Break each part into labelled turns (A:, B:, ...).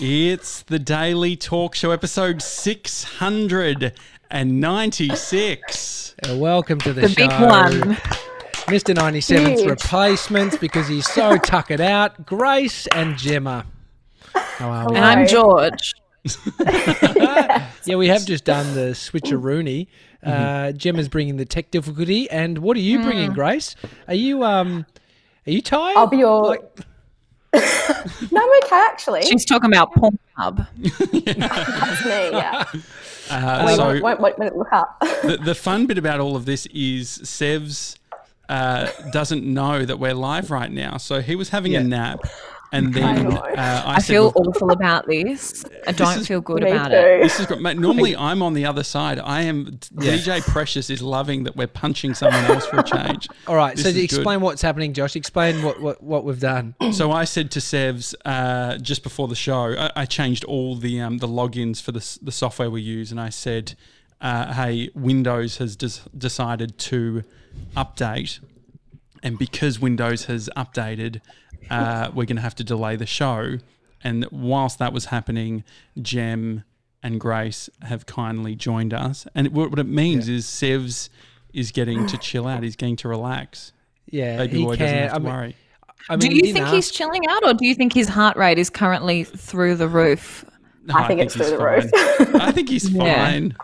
A: It's the Daily Talk Show, episode 696.
B: Uh, welcome to the,
C: The
B: show.
C: big one.
B: Mr. 97's
C: Huge.
B: replacements because he's so tuckered out. Grace and Gemma. How are we?
C: And I'm George.
B: Yeah, we have just done the switcheroony. Uh, Gemma's bringing the tech difficulty, and what are you bringing, Grace? Are you um, are you tired?
D: I'll be your. no, I'm okay actually.
C: She's talking about Pornhub.
D: That's me. Yeah.
A: Uh,
B: Oh,
D: won't,
A: so,
D: won't, won't let it look up.
A: the, the fun bit about all of this is Sev's uh, doesn't know that we're live right now. So he was having
B: Yeah.
A: a nap, and then
D: know.
A: uh, I,
C: I
A: said,
C: feel
A: "Look,
C: awful about this. I don't
A: is-
C: feel good
D: me
C: about
D: too.
C: it.
A: This is great. Mate, normally I'm on the other side. I am DJ Precious is loving that we're punching someone else for a change.
B: All right,
A: This
B: so
A: is good.
B: explain what's happening, Josh. Explain what, what, what we've done.
A: So I said to Sevs uh, just before the show, I, I changed all the um, the logins for the s- the software we use, and I said, uh, "Hey, Windows has des- decided to update, and because Windows has updated, uh, we're going to have to delay the show." And whilst that was happening, Jem and Grace have kindly joined us, and it, what what it means is Sevs is getting to chill out. He's getting to relax.
B: Yeah,
A: Baby
B: he
A: boy doesn't
B: can.
A: have to
B: I mean,
A: worry.
B: I mean,
C: Do
B: he
C: you
B: didn't
C: think he's
B: ask-
C: chilling out or do you think his heart rate is currently through the roof?
A: No,
D: I think it's
A: he's
D: through the
A: fine.
D: roof.
A: I think he's
C: Yeah.
A: fine.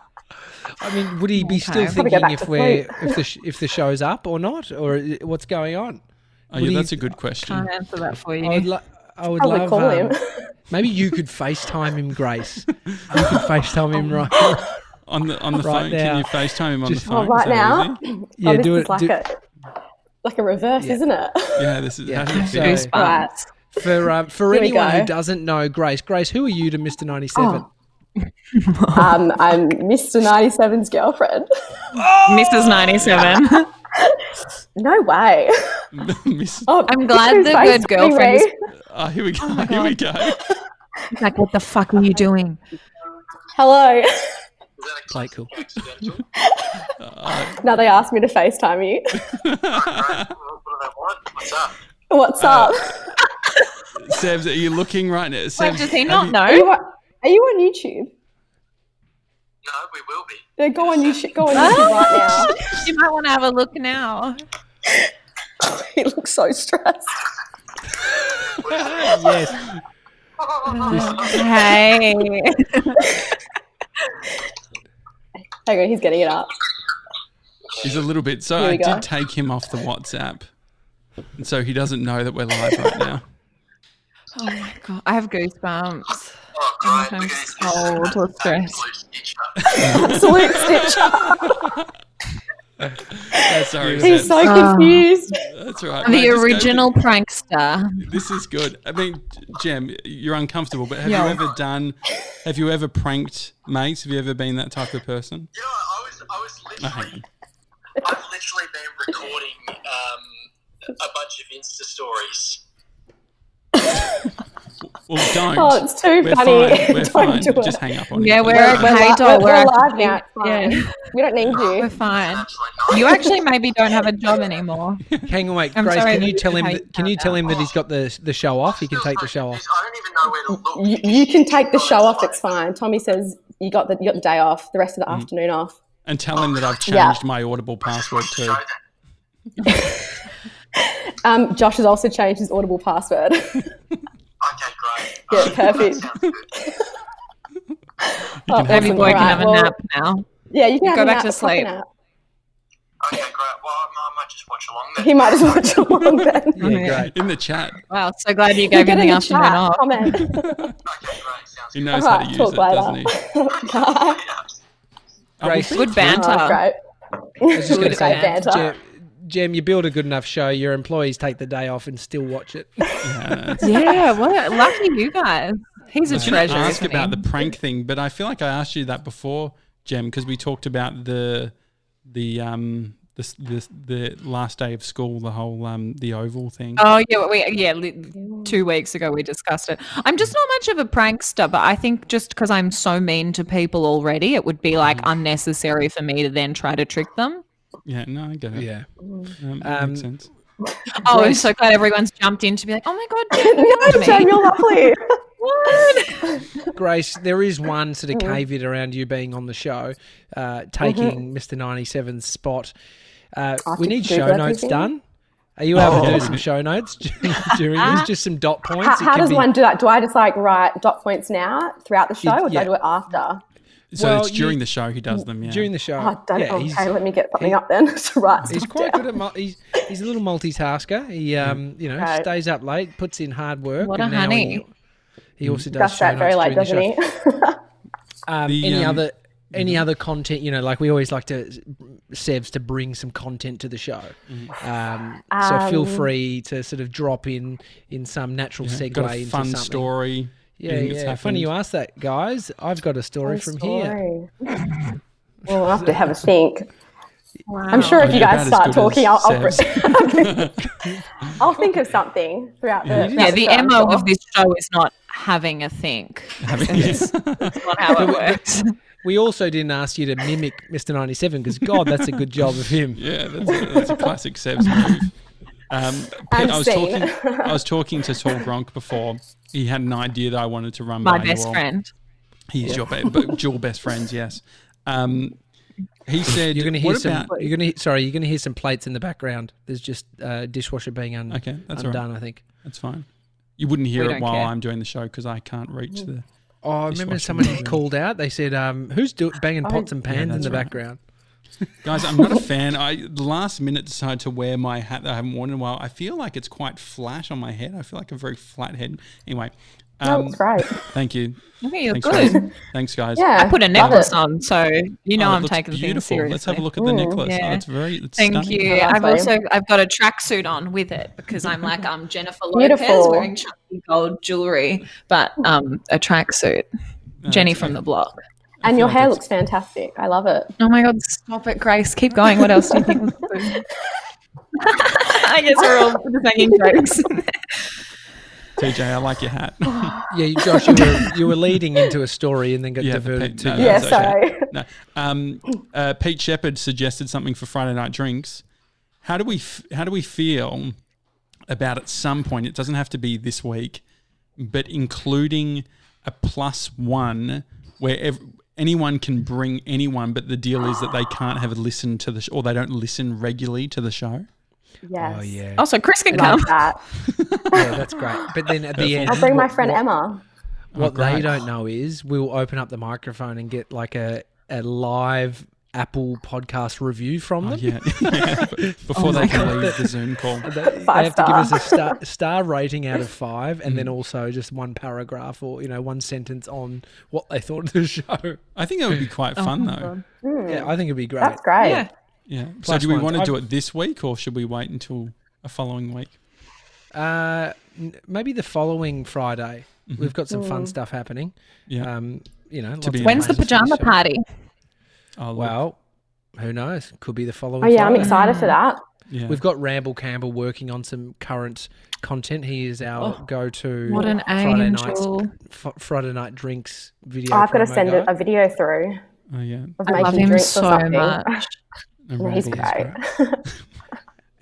B: I mean, would he be still
C: Okay.
D: Probably go
B: thinking
D: back
B: if
D: to
B: we're
D: sleep.
B: if the sh- if the show's up or not, or i- what's going on?
A: Oh,
B: do
A: yeah,
B: you
A: that's a
B: th-
A: good question.
C: Can't answer that for
B: I
A: Oh,
B: would,
C: you.
B: lo- I would
D: Probably
B: love.
D: call
B: um,
D: him.
B: maybe you could FaceTime him, Grace. You could FaceTime him right.
D: Oh,
B: now.
A: On the on the
B: Right
A: phone, can
B: now.
A: you FaceTime him on
B: Just-
A: the
B: Oh,
A: phone?
D: Well,
A: Is
D: right
A: that
D: now.
A: easy?
B: Yeah,
D: oh, this
B: do
D: is
B: it-
D: like
B: do-
D: a like a reverse, isn't it?
A: Yeah, this is. How
B: Yeah.
A: does it
B: So-
A: feel?
B: Goosebumps.
D: right.
B: For um, for
D: Here we
B: anyone who
D: go. Oh.
B: doesn't know, Grace, Grace, who are you to Mister Ninety Seven?
D: Um, I'm Mr. 97's girlfriend.
C: Mrs. 97.
D: No way.
A: Miss-
D: Oh,
C: I'm glad
D: who's
C: that we're
D: FaceTiming
C: girlfriends.
D: me?
A: oh, here we go. here we go.
C: like, what the fuck are you doing?
D: Hello.
B: Quite cool.
D: Now they asked me to FaceTime you.
E: What? What's up?
D: What's
B: Uh,
D: up?
A: Sebs, are you looking right now? Sebs,
C: Wait, does he not
D: Are you,
C: know?
D: on- are you on YouTube?
E: No, we will be.
D: Yeah, go on YouTube. Go on YouTube right now.
C: You might want to have a look now.
D: He looks so stressed.
B: Yes,
C: Hey. Oh
D: Hang on, he's getting it up.
A: he's a little bit. So
D: Here
A: I
D: we go.
A: did take him off the WhatsApp, and so he doesn't know that we're live right now.
C: Oh my God. I have goosebumps.
E: Oh, Brian,
C: I'm
E: we're going to
C: so cold with stress.
D: Absolute stitch up.
A: That's all right.
D: He's
A: Sebs.
D: so
C: Ah.
D: confused.
A: That's all right. mate,
C: The
A: just go with
C: original prankster.
A: it. This is good. I mean, Jem, you're uncomfortable, but have
C: Yeah.
A: you ever done? Have you ever pranked mates? Have you ever been that type of person?
E: You know, I was, I was
A: Oh, hang
E: literally,
A: on.
E: I've literally been recording um, a bunch of Insta stories.
A: Well, don't.
D: Oh, it's too
A: We're
D: funny.
A: fine. We're
D: Don't
A: fine.
D: do it.
A: Just hang up on
C: Yeah,
A: him.
C: we're
D: We're,
C: at
D: we're, li-
C: Haydol.
D: we're,
C: We're
D: all
C: at
D: live now. It's fine.
C: Yeah.
D: We don't need
C: We're
D: you.
C: fine.
E: Absolutely
C: You
E: not.
C: actually maybe don't have a job anymore.
B: hang on, wait,
C: I'm
B: Grace.
C: sorry
B: Can
C: that
B: you
C: you
B: tell him?
C: hate
B: That, can you
C: that.
B: tell him that he's got the the show off? He can take the show off.
E: I don't even know where to look.
D: you. You can take the show off. It's fine. Tommy says you got the you got the day off. The rest of the
A: Mm.
D: afternoon off.
A: And tell him that I've changed
D: Yeah.
A: my Audible password
E: Show
A: too.
E: that.
D: Um, Josh has also changed his Audible password.
E: Okay, great.
D: Yeah,
E: Um, that
D: perfect.
E: sounds good.
D: Oh,
C: Baby
D: awesome.
C: boy
D: All
C: can
D: right,
C: have a
D: well,
C: nap now.
D: Yeah, you can have
C: Go
D: a
C: back
D: nap,
C: to
D: a proper
C: sleep.
D: nap.
E: Okay, great. Well, I might- I might just watch along then.
D: He might just watch along then.
B: Yeah, great.
A: In the chat,
C: Wow, so glad you
D: You're
C: gave him the
D: getting a
C: afternoon
D: chat.
C: off.
D: Comment.
E: Okay, great. Sounds
A: he
E: good.
A: knows
D: All
A: how
D: right,
A: to use
D: talk
A: it,
D: later.
A: doesn't he?
D: Bye.
E: Yeah.
A: Oh, well,
B: Grace.
A: thank
C: Good
A: you.
C: banter.
D: Oh, great.
B: was just
C: Good
B: going to say,
D: banter.
B: Jem, Jem, you build a good enough show. Your employees take the day off and still watch it.
A: Yeah,
C: Yeah, what? Lucky you guys. He's
A: I
C: a
A: was going to
C: treasure.
A: ask
C: isn't
A: about
C: he?
A: the prank thing, but I feel like I asked you that before, Jem, because we talked about the the um the, s- the s- the last day of school, the whole um the oval thing.
C: Oh yeah, we yeah. li- Two weeks ago we discussed it. I'm just not much of a prankster, but I think just because I'm so mean to people already, it would
A: Mm.
C: be like unnecessary for me to then try to trick them.
A: Yeah, no, I get it.
B: Yeah.
A: Um,
B: Um,
A: makes sense.
C: Oh, I'm
B: Right.
C: so glad everyone's jumped in to be like, oh my god,
D: No, Jen, you're lovely.
C: What?
B: Grace, there is one sort of
D: Mm-hmm.
B: caveat around you being on the show, uh, taking Mr. 97's spot. Uh,
D: have
B: we
D: to
B: need
D: do
B: show notes
D: everything?
B: done. Are you able to
A: Oh.
B: do some show notes during this? Just some dot
D: How,
B: points. It
D: how
B: can
D: does
B: be-
D: one do that? Do I just like write dot points now throughout the show, or do
B: yeah.
D: I do it after?
A: So
B: Well,
A: it's
B: you-
A: during the show he does them. Yeah.
B: during the show?
D: Oh, don't,
B: yeah, he's-
D: okay, let me get something up then to write.
B: He's
D: stuff
B: quite
D: down.
B: good at mul- he's he's a little multitasker. He
A: Mm.
B: um you know
D: Right.
B: stays up late, puts in hard work.
C: What a
B: and now
C: honey.
B: He, he also does
D: Gus
B: show
D: Mm. that very
B: notes
D: late,
B: during the
D: doesn't
B: show.
D: he?
B: Um,
A: The,
B: any
A: um,
B: other any other content? You know, like we always like to Sevs to bring some content to the show.
A: Mm-hmm.
B: Um, so feel free to sort of drop in in some natural segue
A: got a
B: into
A: fun
B: something.
A: story. you
B: Yeah,
A: think it's
B: yeah. Funny
A: happened?
B: you ask that, guys. I've got a story from here.
D: Sorry. well, I'll have to have a think. I'm sure if
A: Oh,
D: you
A: you're
D: guys
A: about
D: start
A: as
D: talking,
A: good
D: I'll,
A: as
D: I'll, I'll think of something throughout the.
C: Yeah,
D: throughout
C: the
D: show, I'm
C: MO
D: sure.
C: of this show is not having a think.
A: Having- yes.
C: That's not how it works.
B: We also didn't ask you to mimic Mr. 97 because, God, that's a good job of him.
A: Yeah, that's a, that's a classic Seb's move. Um, Pete,
D: I'm
A: I was
D: sane.
A: talking. I was talking to Saul Gronk before. He had an idea that I wanted to run
C: My
A: by
C: best
A: you all.
C: friend.
A: He's your be- but dual best friends. Yes. Um, he said,
B: You're going to hear
A: "What
B: some.
A: about?"
B: You're going to sorry. You're going to hear some plates in the background. There's just uh, dishwasher being un,
A: Okay, that's all right.
B: undone. I think.
A: That's fine. You wouldn't hear
C: We
A: it
C: don't
A: while
C: care.
A: I'm doing the show because I can't reach
D: Mm.
A: the.
B: Oh, I remember
A: Dishwasher
B: somebody
A: being-
B: called out. They said, um, "Who's do- banging pots
D: Oh,
B: and pans in
A: that's
B: the
A: right.
B: background?"
A: Guys, I'm not a fan. I the last minute decided to wear my hat that I haven't worn in a while. I feel like it's quite flat on my head. I feel like a very flat head. Anyway,
D: No,
A: um,
D: it's great.
A: thank you.
C: Okay, you're
A: Thanks,
C: good.
A: guys. Thanks, guys.
D: Yeah,
C: I put a
D: love
C: necklace
D: it.
C: on, so you know
A: Oh, it
C: I'm
A: looks
C: taking things
A: beautiful.
C: seriously.
A: Let's have a look at the necklace.
C: yeah.
A: Oh, it's very. It's
C: Thank
A: stunning.
C: you.
D: Yeah,
C: I've
D: lovely.
C: also I've got a tracksuit on with it because I'm like I'm Jennifer Lopez
D: Beautiful.
C: wearing chunky gold jewelry, but um a tracksuit.
A: Oh,
C: Jenny from the block.
A: feel
D: And your
A: like
D: hair
A: it's-
D: looks fantastic. I love it.
C: Oh my god, stop it, Grace. Keep going. What else do you think? was good? I guess we're all just making jokes.
A: TJ, I like your hat.
B: Yeah, you- Josh, you were you were leading into a story and then got
A: Yeah, the pe-
B: diverted to.
A: no,
D: Yeah,
A: that's
D: sorry.
A: No. Um, uh, Pete Shepard suggested something for Friday night drinks. How do we f- how do we feel about at some point? It doesn't have to be this week, but including a plus one where ev- anyone can bring anyone, but the deal is that they can't have listened to the sh- or they don't listen regularly to the show.
D: Yes.
B: Oh yeah,
C: Also, Chris can come.
D: Love that.
B: yeah, that's great. But then at the end,
D: I'll bring my
B: what-
D: friend
B: what-
D: Emma.
B: What
A: Oh, great.
B: they don't know is we'll open up the microphone and get like a a live Apple podcast review from them.
A: Oh, Yeah,
B: Oh
A: yeah. b- before they can leave the Zoom call.
B: They, they
D: Five
B: have to give us a star, star rating out of five, and
A: Mm.
B: then also just one paragraph or you know one sentence on what they thought of the show.
A: I think that would be quite
B: Oh
A: fun though.
B: Yeah, I think it'd be great.
D: Hmm. That's great.
C: Yeah.
A: Yeah. so
B: Plus
A: do we
B: ones.
A: want to
B: I've-
A: do it this week or should we wait until a following week?
B: Uh, n- maybe the following Friday, we've got some fun stuff happening.
A: Mm-hmm. Yeah.
B: Um, you know,
A: be
C: When's the
A: announced.
C: pajama party?
A: Oh, look,
B: Well, who knows? Could be the following.
D: Oh yeah, I'm
B: Friday.
D: excited for that.
A: yeah.
B: We've got Ramble Campbell working on some current content. He is our go-to
C: Oh, What an
B: Friday
C: angel.
B: night f- Friday night drinks video.
D: Oh, I've got to
B: promo
D: send
B: guy.
D: a, a video through
A: oh, yeah.
D: of
C: I
D: making
C: love him
D: drinks or
C: so
D: something.
C: much.
A: No,
D: Well, he's
A: Randall is
D: great.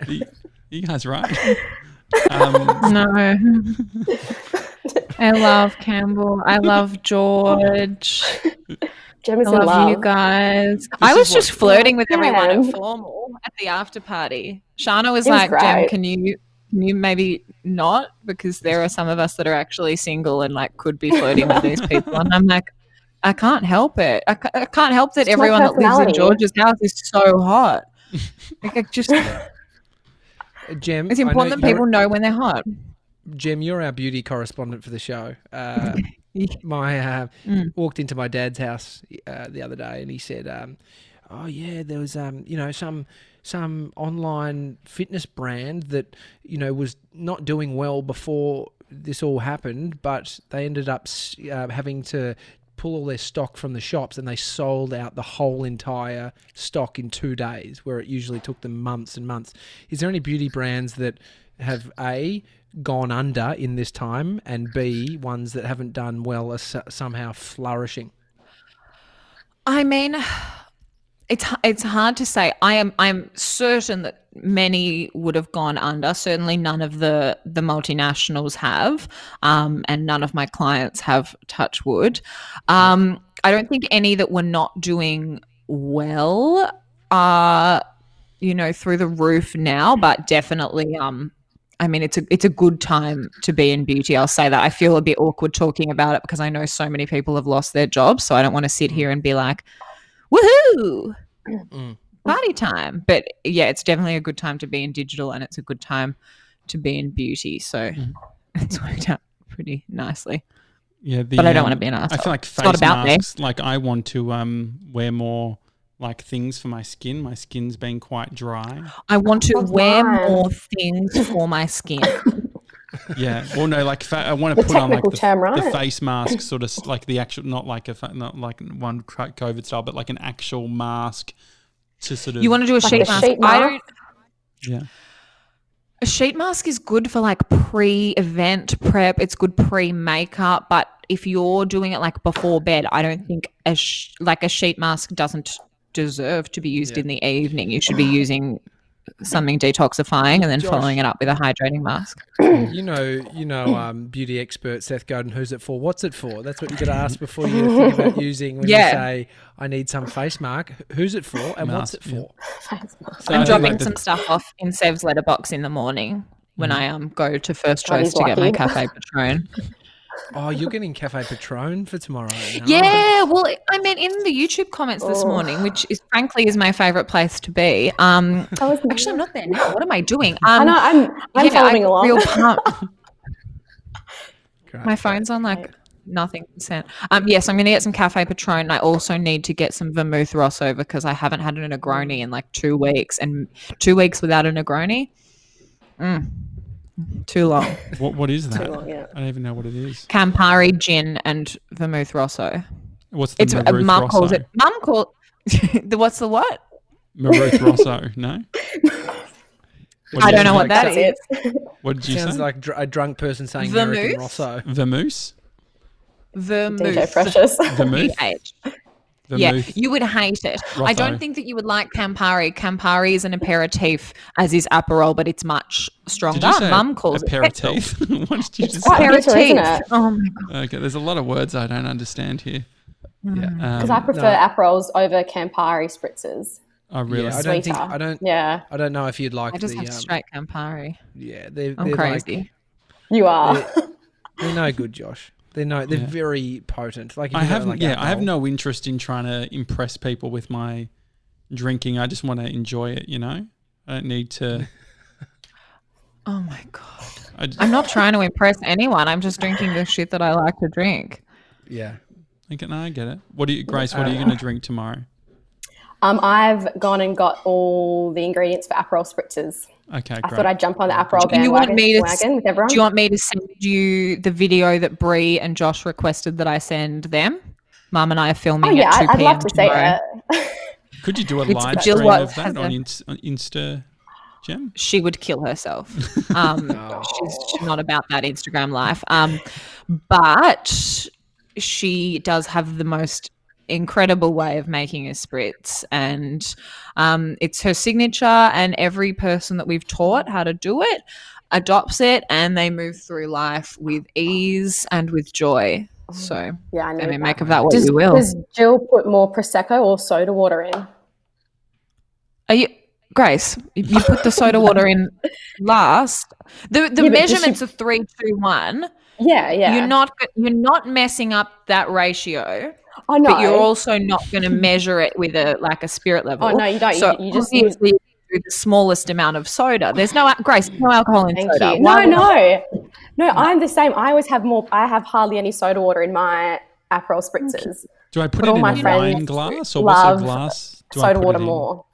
A: great. you, you guys right. Um,
C: No. I love Campbell. I love George.
D: Gem is
C: I
D: in
C: love,
D: love.
C: you guys. I
A: is
C: was
A: what-
C: just flirting with everyone
D: Yeah.
C: at formal at the after party. Shana was
D: It
C: like,
D: was
C: "Jem,
D: great.
C: can you can you maybe not because there are some of us that are actually single and like could be flirting with these people." And I'm like, "I can't help it. I, ca- I can't help that
D: It's my
C: everyone that lives in
D: personality.
C: George's house is so hot. Like, I just
B: Uh, Jem,
C: it's
B: I know
C: important that
B: you're-
C: people know when they're hot."
B: Jem, you're our beauty correspondent for the show. Uh,
C: Yeah.
B: my uh,
C: Mm.
B: walked into my dad's house uh, the other day, and he said, um, "Oh yeah, there was um, you know some some online fitness brand that you know was not doing well before this all happened, but they ended up s- uh, having to." Pull all their stock from the shops, and they sold out the whole entire stock in two days, where it usually took them months and months. Is there any beauty brands that have a gone under in this time and b ones that haven't done well are s- somehow flourishing
C: I mean, it's h- it's hard to say. I am I'm certain that many would have gone under. Certainly, none of the the multinationals have, um, and none of my clients have. Touch wood. Um, I don't think any that were not doing well are, you know, through the roof now. But definitely, um, I mean, it's a it's a good time to be in beauty. I'll say that. I feel a bit awkward talking about it because I know so many people have lost their jobs. So I don't want to sit
A: Mm.
C: here and be like, "Woohoo,
B: Mm.
C: party time!" But yeah, it's definitely a good time to be in digital, and it's a good time to be in beauty. So
A: Mhm.
C: it's worked out pretty nicely.
A: Yeah, the,
C: But I don't
A: um,
C: want to be an asshole.
A: I feel like face
C: not about me.
A: masks. Like I want to um, wear more like things for my skin. My skin's been quite dry.
C: I want to
D: Oh,
C: wear
D: wow.
C: more things for my skin.
A: Yeah. Well, no, like fa- I want to
D: The
A: put on like
D: technical
A: the,
D: term, right?
A: the face mask, sort of s- like the actual, not like a fa- not like one cra- COVID style, but like an actual mask to sort of.
C: You want to do a
D: Like
C: sheet
D: a
C: mask?
D: sheet
C: I
D: mask?
C: don't.
A: Yeah.
C: A sheet mask is good for like pre event prep. It's good pre makeup. But if you're doing it like before bed, I don't think a sh- like a sheet mask doesn't deserve to be used
B: Yeah.
C: in the evening. You should be using something detoxifying and then
B: Josh.
C: following it up with a hydrating mask.
B: You know, you know, um, beauty expert Seth Godin. Who's it for? What's it for? That's what you got to ask before you think about using when
C: Yeah.
B: you say, "I need some face mark." Who's it for, and what's it
A: Mask, yeah.
B: for?
A: So
C: I'm
A: I think,
C: dropping
A: like, the-
C: some stuff off in Sev's letterbox in the morning when I um go to First
D: God,
C: Choice
D: he's
C: to get my
D: lucky.
C: cafe patron.
B: Oh, you're getting Cafe Patron for tomorrow. Nice.
C: Yeah, well, it- I mean, in the YouTube comments this
D: Oh.
C: morning, which is frankly is my favorite place to be. Um,
D: I was
C: actually, I'm not there now. What am I doing? Um,
D: I know. I'm I'm
C: yeah,
D: following
C: I got
D: along.
C: Real pumped.
B: Great.
C: my phone's on like nothing percent. Um, yes, I'm going to get some Cafe Patron. and I also need to get some Vermouth Rosso because I haven't had a Negroni in like two weeks, and two weeks without a Negroni, mm, too long.
A: what, what is
D: Too
A: that?
D: long, yeah.
A: I don't even know what it is.
C: Campari gin and Vermouth Rosso.
A: What's the
C: It's uh,
A: Maruth
C: mum
A: Rosso?
C: calls it. Mum calls. the, what's the what?
A: Maruth Rosso? No. What
C: I
A: did you
C: don't know
A: say?
C: what that
D: That's
C: is.
D: it.
A: What did you
B: Sounds
A: say?
B: like dr- a drunk person saying
C: The
B: American
C: moose?
B: Rosso.
A: Vermouth.
D: DJ
C: Vermouth.
D: Precious.
A: Vermouth.
C: PH. Yeah,
A: Vermouth.
C: you would hate it. I
A: Rosso.
C: don't think that you would like Campari. Campari is an aperitif, as is Aperol, but it's much
A: Did
C: stronger.
A: you say
C: Mum calls it.
A: aperitif? what did you just
D: quite
A: say?
D: bitter, isn't
C: Aperitif.
D: it?
C: Oh my god.
A: Okay, there's a lot of words I don't understand here.
C: Mm.
B: Yeah.
A: Um,
D: Because I prefer Aperols over Campari spritzes.
A: I really.
B: Yeah, I don't think
D: Sweeter.
B: I don't
D: Yeah,
B: I don't know if you'd like
C: I just
B: the
C: have
B: um,
C: straight Campari.
B: yeah they're,
C: I'm
B: they're
C: crazy.
B: like
D: you are.
B: they're no good, Josh. They're no they're
A: Yeah.
B: very potent. Like if
A: I
B: you go to,
A: have
B: like,
A: yeah, I have
B: alcohol.
A: no interest in trying to impress people with my drinking. I just want to enjoy it, you know. I don't need to.
C: oh my god.
A: I d-
C: I'm not trying to impress anyone. I'm just drinking the shit that I like to drink.
B: yeah.
A: I get, no, I get it. What are you, Grace? What are you
C: Uh,
A: going to drink tomorrow?
D: Um, I've gone and got all the ingredients for Aperol spritzes.
A: Okay,
D: I thought
A: great.
D: I'd jump on the Aperol
C: Do you
D: bandwagon
C: want me to s-
D: wagon with everyone.
C: Do you want me to send you the video that Brie and Josh requested that I send them? Mum and I are filming.
D: oh yeah,
C: at 2
D: I- I'd love to
C: tomorrow.
D: see it.
A: Could you do a
C: It's-
A: live
C: Jill
A: stream of
C: Watts has
A: that on,
C: a-
A: Inst- on Insta, Gem?
C: she would kill herself. Um, she's, she's not about that Instagram life. Um, but she does have the most incredible way of making a spritz, and um, it's her signature. And every person that we've taught how to do it adopts it, and they move through life with ease and with joy. So,
D: Yeah, I know.
C: I mean,
D: that.
C: make of that what
D: does,
C: you will.
D: does Jill put more prosecco or soda water in?
C: Are you Grace? You put the soda water in last. The the
D: Yeah, but does she-
C: measurements are three, two, one.
D: Yeah, yeah.
C: You're not go- you're not messing up that ratio,
D: Oh no.
C: but you're also not going to measure it with a like a spirit level.
D: oh no, you don't.
C: So
D: you, you just
C: obviously you do the smallest amount of soda. There's no al- Grace, no alcohol in
D: Oh, Thank
C: soda.
D: you.
C: Why
D: No,
C: would-
D: no, no. I'm the same. I always have more. I have hardly any soda water in my Aperol spritzes.
A: Do I put it
D: But all
A: in
D: my
A: a
D: friends
A: wine glass or what's
D: love
A: a glass? Do I
D: soda
A: put it
D: water
A: in?
D: more.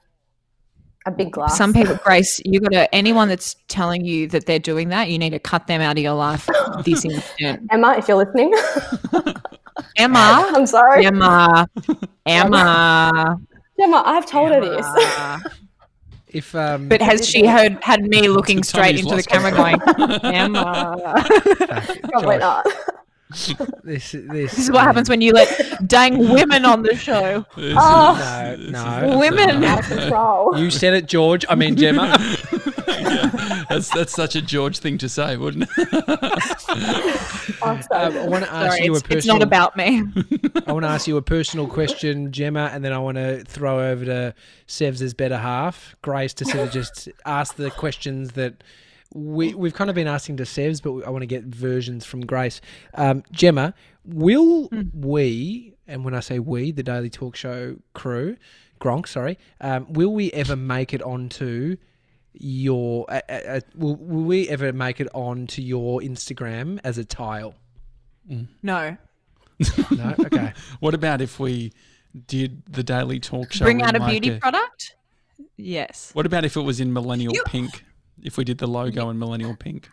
D: A big glass.
C: Some people, Grace, you got to. Anyone that's telling you that they're doing that, you need to cut them out of your life this instant.
D: Emma, if you're listening,
C: Emma,
D: I'm sorry.
C: Ah, Emma, Emma.
D: Emma, I've told her this.
C: Emma.
B: If um
C: But has she heard had me looking
A: Tommy's
C: straight into the
A: lost
C: camera
A: control.
C: going, Emma?
B: fuck,
D: Probably
B: Josh,
D: not.
B: This this
C: This is what happens when you let dang women on the show.
A: This is-
D: Oh,
B: No,
A: this is-
B: no.
C: Women.
D: out of control.
B: You said it, George. I mean, Gemma.
A: yeah, that's that's such a George thing to say, wouldn't it?
D: Oh, so
B: Um, I want to ask
C: Sorry,
B: you
C: it's,
B: a personal.
C: it's not about me.
B: I want to ask you a personal question, Gemma, and then I want to throw over to Sev's better half, Grace, to sort of just ask the questions that we we've kind of been asking to Sev's, but I want to get versions from Grace. Um, Gemma, will we? And when I say we, the Daily Talk Show crew, Gronk, sorry, um, will we ever make it onto? your uh, uh, uh, will, will we ever make it onto your instagram as a tile
C: No.
B: no okay
A: What about if we did the daily talk show?
C: Bring
A: in
C: out a
A: like
C: beauty product? Yes.
A: What about if it was in millennial
C: You-
A: pink? If we did the logo in millennial pink,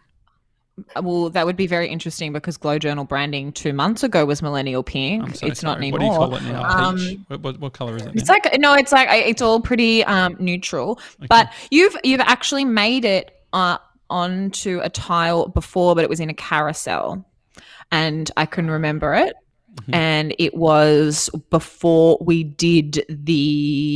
C: Well, that would be very interesting because Glow Journal branding two months ago was millennial pink.
A: I'm so
C: it's not
A: sorry.
C: anymore.
A: What do you call it now?
C: Um,
A: Peach. What, what, what color is it? Now?
C: It's like no, it's like I- it's all pretty um, neutral. But you've you've actually made it uh, onto a tile before, but it was in a carousel, and I can remember it.
A: Mm-hmm.
C: And it was before we did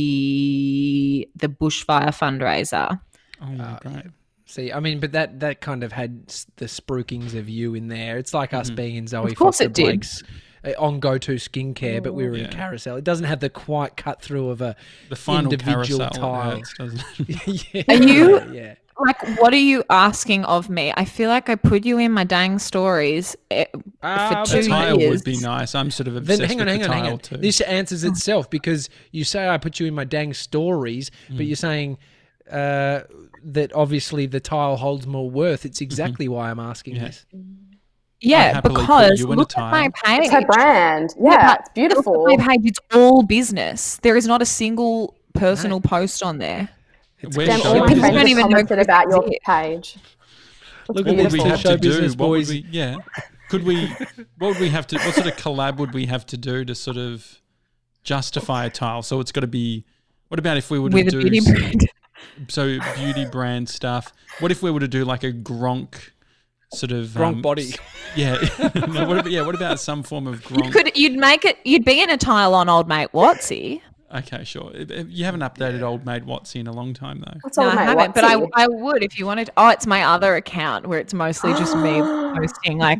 C: the the bushfire fundraiser.
A: oh, yeah, great.
B: See, I mean, but that that kind of had s- the spruikings of you in there. It's like us being in Zoe
C: Mm-hmm. course
B: Foster
C: it did.
B: Blake's uh, on Go To Skincare, but we were
A: Yeah.
B: in Carousel. It doesn't have the quite cut through of a
A: The final
B: individual
A: carousel it
B: tile.
A: hurts, doesn't it?
B: yeah,
C: Are you-
B: Yeah.
C: Like, what are you asking of me? I feel like I put you in my dang stories eh,
B: Ah,
C: for
A: The
C: two
A: tile
C: years.
A: would be nice. I'm sort of
B: Then
A: obsessed
B: hang
A: with
B: on, hang
A: the
B: on,
A: tile
B: hang on.
A: too.
B: This answers itself because you say I put you in my dang stories,
A: Mm.
B: but you're saying uh, that obviously the tile holds more worth. It's exactly why I'm asking
A: Mm-hmm. Yeah.
B: this.
A: I'd
C: Yeah,
A: happily put
C: because
A: you in a
C: look at my page.
D: It's her brand. Yeah,
C: but
D: it's
C: Look
D: beautiful.
C: at My page, it's all business. There is not a single personal post on there.
A: Where's
D: Then
A: show
D: all my
A: business?
C: don't
D: friends
C: even
D: have
C: know
D: commented
C: Chris
D: about your
C: did.
D: page.
A: What would
B: Look
A: we
B: beautiful
A: have to do?
B: business
A: What would we, yeah. Could we, what would we have to, what sort of collab would we have to do to sort of justify a tile? So it's got to be, what about if we were to
C: With a
A: do
C: beauty
A: s-
C: brand.
A: so beauty brand stuff? What if we were to do like a Gronk sort of
B: Gronk
A: um,
B: body.
A: Yeah. no, what, ab- yeah. What about some form of Gronk?
D: Um,
C: You could, you'd make it. You'd be in a tile on old mate Watsy.
A: okay, sure. If- if You haven't updated old mate Watsy in a long time though.
D: What's
C: No,
D: all
C: I
D: my
C: haven't, but I,
D: Watsy?
C: I would if you wanted. Oh, it's my other account where it's mostly just me posting like.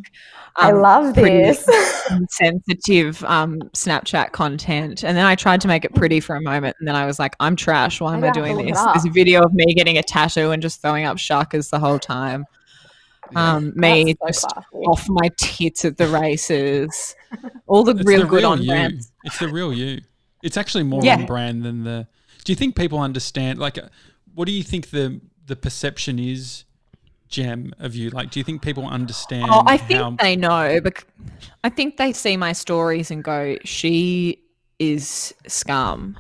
D: I
C: um,
D: love
C: pretty
D: this.
C: Sensitive um, Snapchat content, and then I tried to make it pretty for a moment, and then I was like, "I'm trash. Why am I
D: Maybe I have to
C: doing
D: look it
C: this? There's a
D: up.
C: video of me getting a tattoo and just throwing up shakas the whole time. Um, me just
D: That's so classy.
C: off my tits at the races. All the
A: It's
C: real
A: the
C: good
A: real
C: on
A: you.
C: brands.
A: It's the real you. It's actually more
C: Yeah.
A: on brand than the. Do you think people understand? Like, uh, what do you think the the perception is, Gem, of you? Like, do you think people understand?
C: Oh, I think
A: how-
C: they know, but I think they see my stories and go, "She is scum."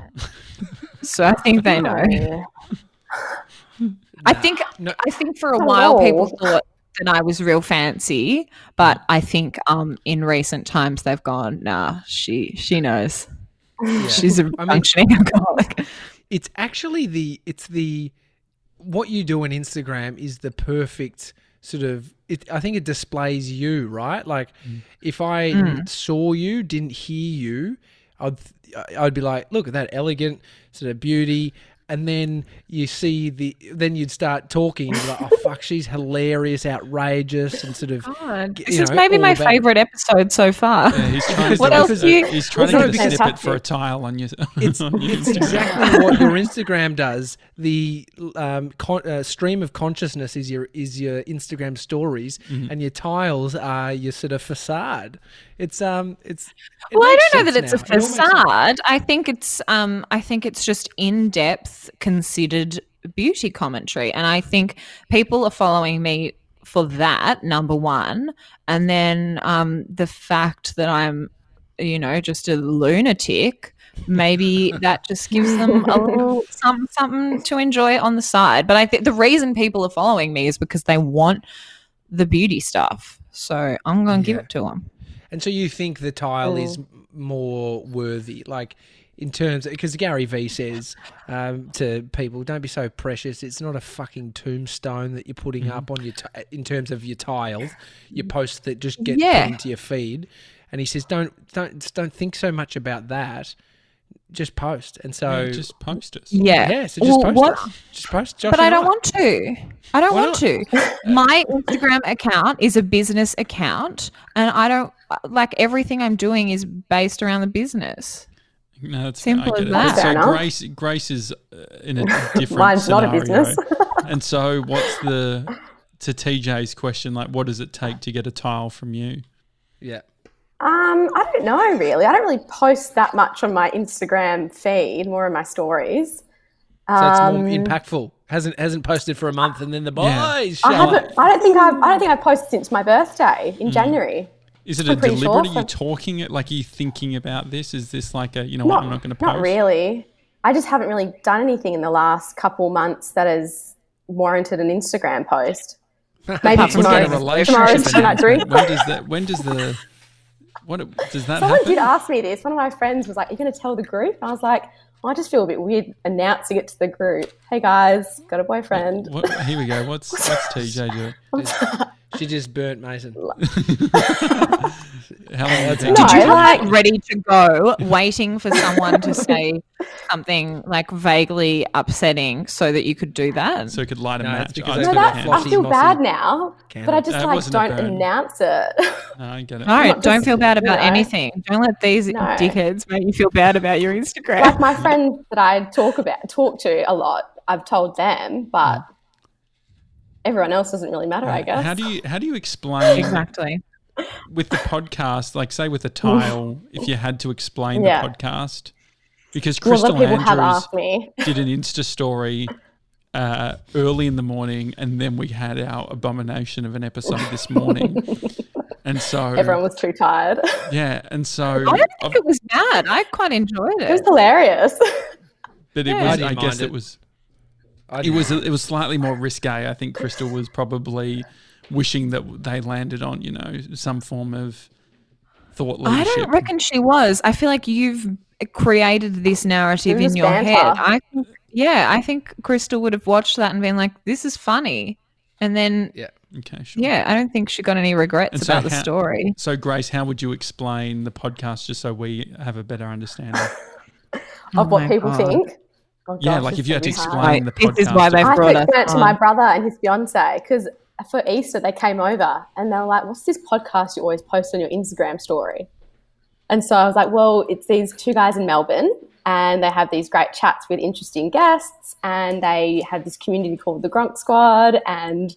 C: so I think they know.
D: Oh.
C: I think
B: No.
C: I think for a
D: Not at
C: while people
D: all.
C: thought that I was real fancy, but I think um in recent times they've gone, "Nah, she she knows." She's
B: I
C: a
B: mean-
C: functioning alcoholic.
B: it's actually the it's the what you do on Instagram is the perfect sort of it, I think it displays you right like if I
C: Mm.
B: saw you didn't hear you I'd th- I'd be like look at that elegant sort of beauty and then you see the then you'd start talking and you're like oh fuck she's hilarious outrageous and sort of
C: God,
B: you
C: this is
B: know,
C: maybe
B: all
C: Oh my
B: about-
C: favorite episode so far.
A: Yeah, uh, he's trying
C: What
A: to,
C: else do you-
A: he's trying to
B: No,
A: get a
D: because-
A: snippet for a tile on your. on your
B: it's
A: Instagram.
B: exactly what your Instagram does. The um, con- uh, stream of consciousness is your is your Instagram stories, and your tiles are your sort of facade. It's um, it's. it
C: well, I
B: makes
C: don't know that
B: sense
C: it's a
B: now. It all makes sense.
C: facade. I think it's um, I think it's just in depth, considered beauty commentary, and I think people are following me for that number one, and then um, the fact that I'm, you know, just a lunatic. Maybe that just gives them a little some, something to enjoy on the side. But I think the reason people are following me is because they want the beauty stuff. So I'm going to give
B: Yeah.
C: it to them. Mm.
B: And so you think the tile is m- more worthy? Like, in terms because Gary Vee says um, to people, don't be so precious. It's not a fucking tombstone that you're putting
C: Mm.
B: up on your t- in terms of your tiles, your posts that just get
C: Yeah.
B: put into your feed. And he says, don't don't just don't think so much about that. Just post. And so
A: Yeah, just post us.
C: Yeah.
B: yeah, so just
C: Well,
B: post.
C: what-
B: it. Just post. Josh
C: But I
B: and
C: don't want to. I don't
B: Why
C: want to. My Instagram account is a business account, and I don't like everything I'm doing is based around the business.
A: No, that's
C: Simple
A: I get
C: as
A: it.
C: that.
A: So
D: Fair enough.
A: Grace, Grace is uh, in a different
D: Mine's not
A: scenario.
D: a business.
A: and so, what's the to TJ's question? Like, what does it take to get a tile from you?
B: Yeah.
D: Um, I don't know really. I don't really post that much on my Instagram feed, more on my stories.
B: So it's more
D: Um,
B: impactful. Hasn't hasn't posted for a month, and then the boys
A: Yeah.
B: show
D: I
B: up.
D: haven't. I don't think I've. I don't think I've posted since my birthday in January.
A: Is it a
D: pretty
A: deliberate?
D: sure
A: Are you
D: some-
A: talking it? Like, are you thinking about this? Is this like a you know what?
D: Not,
A: I'm not going to post.
D: not really. I just haven't really done anything in the last couple months that has warranted an Instagram post. Maybe
C: Apart from
D: tomorrow.
C: getting a
D: Tomorrow's when I drink.
A: When does that? When does the? What does that
D: Someone
A: happen?
D: did ask me this. One of my friends was like, "You're going to tell the group?" And I was like, "I just feel a bit weird announcing it to the group. Hey guys, got a boyfriend."
A: What, here we go. What's what's TJ doing?
B: She just burnt Mason.
A: How long have
B: No.
A: you
C: Did you
D: I
C: have
D: like-
C: it ready to go, waiting for someone to say something like vaguely upsetting so that you could do that?
A: so you could light a
B: No, it's
A: match?
B: because
A: just
D: No,
A: got a
B: I've got a
D: that's, I
A: candle.
B: flossy
D: feel
B: mossy
D: bad now, but I
B: candle.
D: just
A: That
D: like
A: wasn't a
D: don't
A: burn.
D: announce it.
A: No, I get it.
C: All right,
D: not
C: don't
D: just-
C: feel bad about
D: you know.
C: anything. Don't let these
D: No.
C: dickheads make you feel bad about your Instagram.
D: like my friends that I talk about talk to a lot, I've told them, but everyone else doesn't really matter, I guess.
A: Hmm. How do you how do you explain
C: exactly.
A: with the podcast? Like, say with a tile, if you had to explain
D: Yeah.
A: the podcast, because
D: well, a lot
A: Crystal
D: of people have
A: Andrews
D: asked me.
A: did an Insta story uh, early in the morning, and then we had our abomination of an episode this morning, and so
D: Everyone was too tired.
A: yeah, and so
C: I don't think
A: I've-
C: it was bad. I quite enjoyed
D: it was
C: it.
A: Oh
D: hilarious.
A: but it
C: Yeah. I
A: was I,
B: didn't
A: guess
B: mind
A: it
B: it.
A: was
B: I
A: it was it was slightly more risque. I think Crystal was probably wishing that they landed on you know some form of thought
C: I
A: leadership.
C: don't reckon she was. I feel like you've created this narrative
D: It was
C: in your
D: banter.
C: head. I think, yeah, I think Crystal would have watched that and been like, "This is funny," and then
B: Yeah.
A: Okay, sure.
C: yeah, I don't think she got any regrets
A: And so
C: about the
A: how-
C: story.
A: So, Grace, how would you explain the podcast just so we have a better understanding?
D: of
C: Oh
D: what
C: my
D: people
C: God.
D: think. Oh,
A: Yeah,
D: gosh,
A: like
D: this
A: if you had to
D: is gonna be
A: explain
C: Right,
D: hard.
A: the podcast.
C: this is why they
D: I had to
C: brought us
D: explain it to
C: on.
D: my brother and his fiance because for Easter they came over and they were like, "What's this podcast you always post on your Instagram story?" And so I was like, "Well, it's these two guys in Melbourne." And they have these great chats with interesting guests, and they have this community called the Gronk Squad, and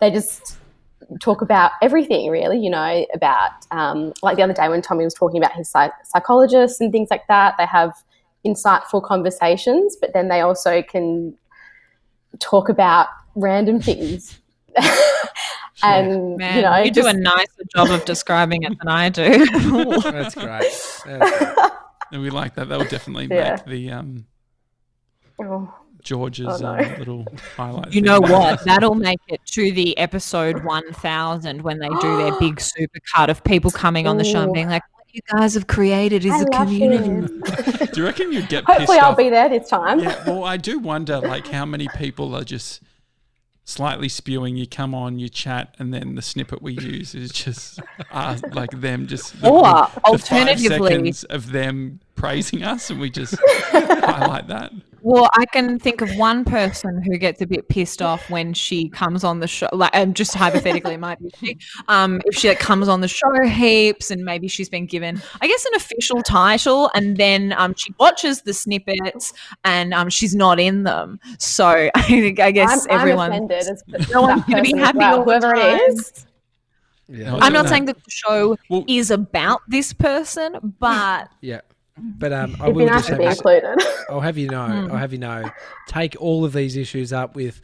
D: they just talk about everything really you know about um, like the other day when tommy was talking about his psych- psychologist and things like that they have insightful conversations but then they also can talk about random things and
C: Man,
D: you
C: you,
D: know
C: do a
D: just-
C: nicer job of describing it than I do.
B: That's great. That's great.
A: And we like that. That would definitely
D: Yeah.
A: make the um,
D: oh,
A: George's
D: no.
A: um, little highlight.
C: you
A: thing.
C: know what? That'll make it to the episode 1000 when they do their big super cut of people coming on the show and
D: Ooh.
C: being like, what you guys have created is
D: I
C: a
D: love
C: community.
D: it.
A: Do you reckon you'd get
D: hopefully
A: pissed
D: i'll
A: off?
D: be there this time
A: Yeah, well, I do wonder, like, how many people are just slightly spewing. You come on, you chat, and then the snippet we use is just uh, like them just. The,
C: Or,
A: the five
C: alternatively-
A: seconds of them praising us, and we just highlight that.
C: Well, I can think of one person who gets a bit pissed off when she comes on the show. Like, and just hypothetically, it might be she. Um, if she like, comes on the show heaps, and maybe she's been given, I guess, an official title, and then um, she watches the snippets, and um, she's not in them. So I think I
D: I'm,
C: guess
D: I'm
C: everyone.
D: offended as
C: No one's
D: that
C: gonna be
D: person as
C: happy
D: well,
C: all the
D: whoever it
C: time.
D: is
B: Yeah.
C: I'm not
A: No.
C: saying that the show
A: Well-
C: is about this person, but
B: Yeah. But um, I
D: it'd
B: will
D: be
B: just
D: nice to
B: say,
D: be
B: this,
D: included
B: I'll have you know,
C: Hmm.
B: I'll have you know, take all of these issues up with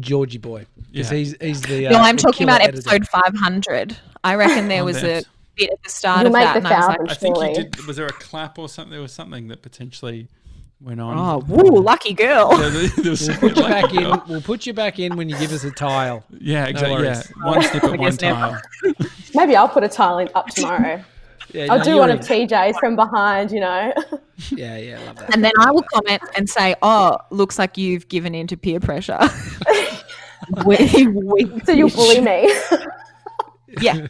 B: Georgie Boy because
A: Yeah.
B: he's he's the. Uh,
C: no, I'm
B: the
C: talking
B: killer
C: about
B: editor.
C: episode 500. I reckon there
A: On
C: was a
A: that.
C: bit at the start
D: You'll
C: of
D: make
C: that,
D: the
C: and I was like,
D: thousand.
A: I think you
D: Surely.
A: did. Was there a clap or something? There was something that potentially went
C: Oh,
A: on.
C: woo, lucky girl.
A: Yeah, there- there was
B: We'll
A: something
B: put you
A: like
B: back
A: that.
B: in. We'll put you back in when you give us a tile.
A: Yeah, exactly. yeah,
B: worries.
A: one snippet, one
C: guess never.
A: time.
D: maybe i'll put a tile in up tomorrow
B: Yeah,
D: I'll
B: no,
D: do
B: you're
D: one
B: in.
D: of TJ's from behind, you know.
B: Yeah, yeah, love that.
C: And then I will comment and say, "Oh, looks like you've given in to peer pressure." we, we,
D: so you'll bully me.
C: Yeah,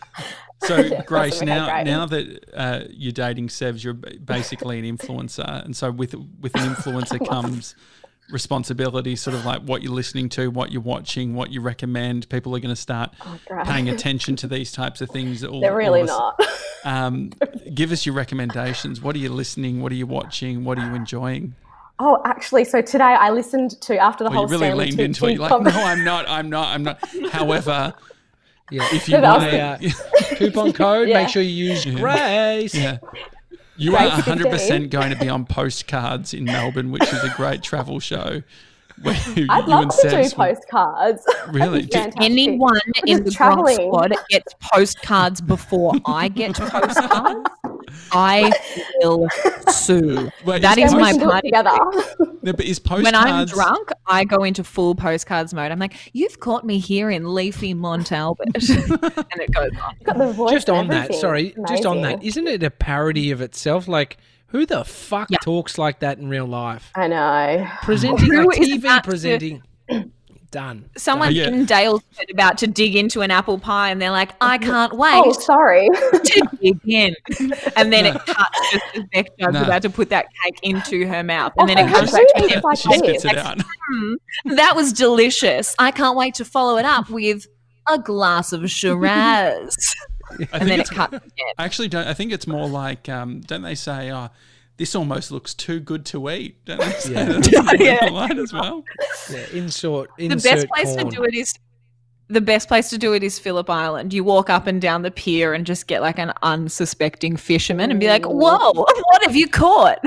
A: So, Grace,
D: Okay,
A: now
D: great.
A: now that uh, you're dating Sevs, you're ba- basically an influencer, and so with with an influencer comes responsibility, sort of like what you're listening to, what you're watching, what you recommend. People are going to start
D: great.
A: paying attention to these types of things. all-
D: Oh, They're
A: all
D: really
A: this-
D: not.
A: Um, give us your recommendations. What are you listening? What are you watching? What are you enjoying?
D: Oh, actually, so today I listened to after the
A: Well,
D: whole
A: Oh, you really
D: Stanley
A: leaned
D: Tucci
A: into it. You're like,
D: com-
A: no, I'm not. I'm not. I'm not. However,
B: Yeah.
A: if you
D: But I
A: want
D: was
A: to,
B: coupon code,
D: Yeah.
B: make sure you use
A: Yeah.
B: Grace.
A: yeah. You are
D: Grace 15.
A: 100% going to be on postcards in Melbourne, which is a great travel show. Where you,
D: I'd
A: you
D: love
A: and
D: to do
A: Sebs will-
D: postcards. That'd be
A: Really? Do
D: fantastic.
C: anyone
D: just
C: in the Gronk
D: travelling.
C: squad gets postcards before I get postcards. I will sue.
A: Wait,
C: That
A: is
C: is
D: Then we
C: my
D: can do it
C: party.
D: together.
A: No, but is postcards
C: When I'm drunk, I go into full postcards mode. I'm like, "You've caught me here in leafy Montalbert," and it goes on.
D: Got the voice
B: Just
D: and
B: on that,
D: everything.
B: sorry, just on that.
D: Amazing.
B: Isn't it a parody of itself? Like, who the fuck
C: Yeah.
B: talks like that in real life?
D: I know.
B: Presenting,
C: Who
B: like
C: is
B: TV
C: that?
B: presenting. Done.
C: Someone
A: Yeah.
C: in Dalesford about to dig into an apple pie, and they're like, "I can't wait."
D: Oh, sorry.
C: to begin. And then it cuts just as Bechdog's
A: No.
C: about to put that cake into her mouth. And then it
D: Oh,
C: comes
D: really?
C: back to him.
D: It's like
A: she spits
D: this.
A: it out.
C: That was delicious. I can't wait to follow it up with a glass of Shiraz.
A: I
C: and
A: think
C: then
A: it's,
C: it cuts again.
A: I actually don't. I think it's more like, um, don't they say, oh, this almost looks too good to eat? Don't they say
B: Yeah.
A: that? That's
C: Yeah.
A: the line as well.
B: Yeah, insert,
C: The
B: insert
C: best place
B: corn.
C: to do it is the best place to do it is Phillip Island. You walk up and down the pier and just get like an unsuspecting fisherman and be like, "Whoa, what have you caught?"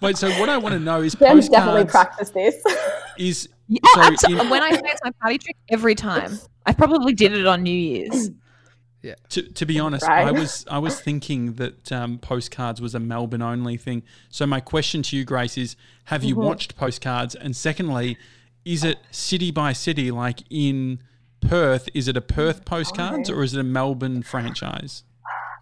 A: Wait, so what I want to know is
D: Jem's definitely
A: postcards
D: practiced this.
A: is
C: Yeah,
A: So
C: abso-
A: in-
C: when I say it's my party trick, every time. I probably did it on New Year's.
A: To, to be honest,
D: Right.
A: I was I was thinking that um, postcards was a Melbourne only thing. So my question to you, Grace, is: Have
D: Mm-hmm.
A: you watched postcards? And secondly, is it city by city, like in Perth? Is it a
D: Mm,
A: Perth postcards or is it a Melbourne franchise?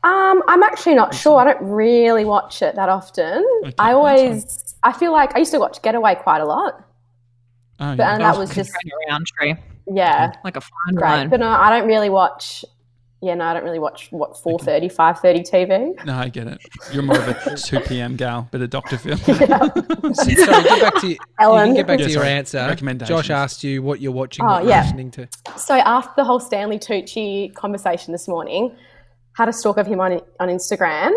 D: Um, I'm actually not sure. I don't really watch it that often. I
A: that's
D: always, I feel like I used to watch Getaway quite a lot,
A: Oh,
D: but
A: yeah.
D: and that was just
C: around tree
D: yeah,
C: like a fine
D: great.
C: wine.
D: But no, I don't really watch. Yeah, no, I don't really watch what 4:30, 5:30 TV.
A: no, I get it. You're more of a two PM gal, but a Doctor Phil.
B: So, sorry, get back to you
D: Ellen.
B: can get back
A: Yeah,
B: to your
A: sorry.
B: answer.
A: Recommendations.
B: Josh asked you what you're watching,
D: Oh,
B: what you're
D: yeah.
B: listening to.
D: So after the whole Stanley Tucci conversation this morning, had a stalk of him on on Instagram,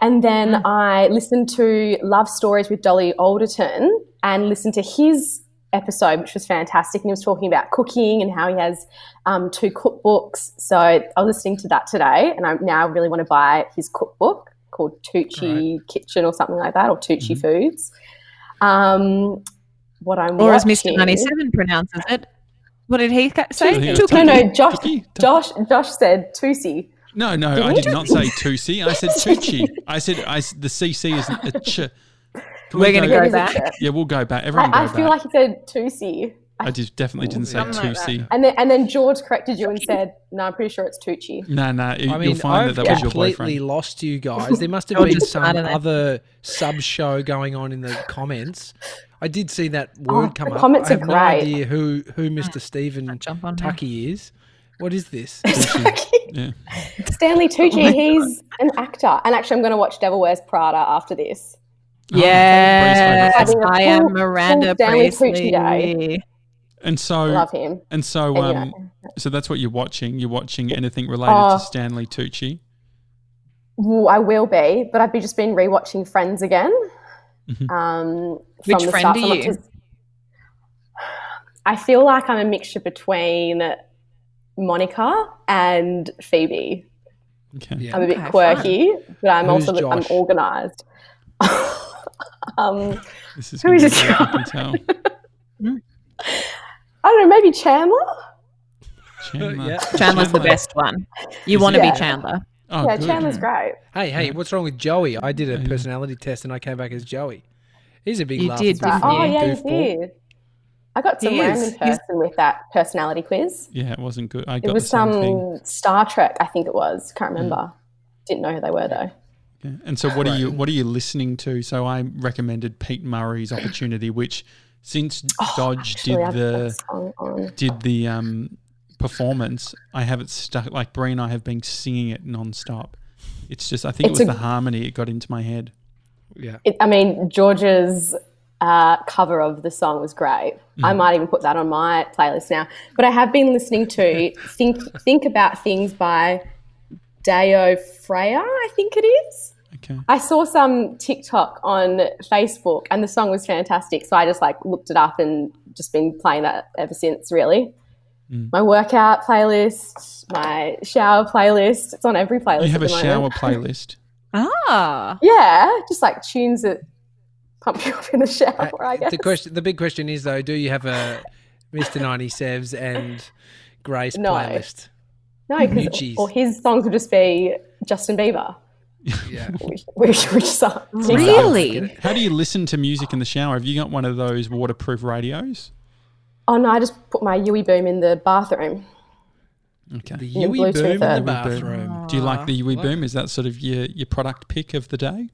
D: and then I listened to Love Stories with Dolly Alderton and listened to his episode, which was fantastic. And he was talking about cooking and how he has um, two cookbooks. So I was listening to that today, and I now really want to buy his cookbook called Tucci Kitchen or something like that, or Tucci Foods. Um, what I'm
C: Or as Mr.
D: watching-
C: 97 pronounces it, what did he ca- say?
A: Yeah.
D: no, no, Josh,
A: Tucci?
D: Josh, Josh said Tusi.
A: No, no, I did not say Tusi. I said Tucci. I said I, s- the CC is a ch. Can
C: We're gonna
D: It
C: go
D: is a
C: back.
D: chip.
A: Yeah, we'll go back. Everyone go
D: I, I
A: back.
D: feel like he said Tusi.
A: I just definitely didn't say
C: Something like that.
A: Tusi.
D: And then, and then George corrected you and said, no, I'm pretty sure it's Tucci.
A: No, no, you,
B: I mean,
A: will find
B: I've
A: that that was your
B: completely
A: boyfriend.
B: lost you guys. There must have
C: George
B: been
C: is
B: some
C: part of that.
B: other sub show going on in the comments. I did see that
D: Oh,
B: word
D: the
B: come up.
D: comments
B: I have
D: are
B: no
D: great.
B: idea who who Mr. Stephen
C: Jump on Tucky.
B: Tucky is. What is this?
A: Yeah. Oh,
D: Stanley Tucci, he's an actor. And actually, I'm going to watch Devil Wears Prada after this.
C: Yes,
D: Having a
C: I am
D: full-
C: Miranda
D: full Stanley
C: Priestley.
D: Tucci day.
A: And so,
D: Love him.
A: and Oh, so,
D: Anyway.
A: um, so that's what you're watching. You're watching anything related
D: Oh.
A: to Stanley Tucci.
D: Ooh, I will be, but I've be just been rewatching Friends again.
A: Mhm.
D: Um,
C: Which
D: from the
C: friend
D: start.
C: are
D: So I'm not
C: you?
D: just- I feel like I'm a mixture between Monica and Phoebe.
A: Okay.
B: Yeah.
D: I'm a bit
C: Okay,
D: quirky, but I'm
B: Who's
D: also I'm
B: Josh?
D: organized. um,
A: This is
D: Who
A: gonna
D: is
A: be
D: this
A: good, I can tell.
D: I don't know, maybe Chandler.
A: Chandler.
B: Yeah.
C: Chandler's the
A: Chandler.
C: best one. You
A: Is
C: want to
D: it?
C: be
D: Yeah.
C: Chandler.
A: Oh,
D: yeah,
A: good.
D: Chandler's great.
B: Hey, hey, what's wrong with Joey? I did a
A: Yeah.
B: personality test and I came back as Joey. He's a big
C: You
B: laugh.
C: did,
D: Right.
C: Didn't
D: Oh
C: you?
D: yeah,
B: goofball.
D: you did. I got some
C: He is.
D: random person with that personality quiz.
A: Yeah, it wasn't good. I got
D: It was um,
A: the same
D: some
A: thing. Hmm.
D: Star Trek, I think it was. Can't remember. Didn't know who they were though.
A: Yeah. And so, what are you what are you listening to? So, I recommended Pete Murray's Opportunity, which since Dodge
D: Oh, Actually,
A: did
D: I've got
A: the
D: that song on.
A: did the um, performance, I have it stuck. Like Brie and I have been singing it nonstop. It's just I think
D: It's
A: it was
D: a-
A: the harmony. It got into my head.
B: Yeah.
D: It, I mean, George's uh, cover of the song was great. I
A: Mm.
D: might even put that on my playlist now. But I have been listening to Think Think About Things by Deo Freya, I think it is.
A: Okay.
D: I saw some TikTok on Facebook and the song was fantastic. So I just like looked it up and just been playing that ever since, really.
A: Mm.
D: My workout playlist, my shower playlist, it's on every playlist.
A: You have
D: at
A: a
D: the
A: shower
D: moment.
A: playlist.
C: Ah.
D: Yeah, just like tunes that pump you up in the shower, I guess.
B: Uh, The question, the big question is though, do you have a Mr. 90 Sevs and Grace
D: No.
B: playlist?
D: No,
B: Moochies.
D: because or his songs would just be Justin Bieber,
B: Yeah.
D: which, which, which song?
C: Really?
A: How do you listen to music in the shower? Have you got one of those waterproof radios?
D: Oh no, I just put my Yui Boom in the bathroom.
A: Okay.
B: The
D: Yeah,
B: Yui
D: Bluetooth
B: boom in the
D: and-
B: bathroom.
A: Do you like the Yui Boom? Is that sort of your, your product pick of the day?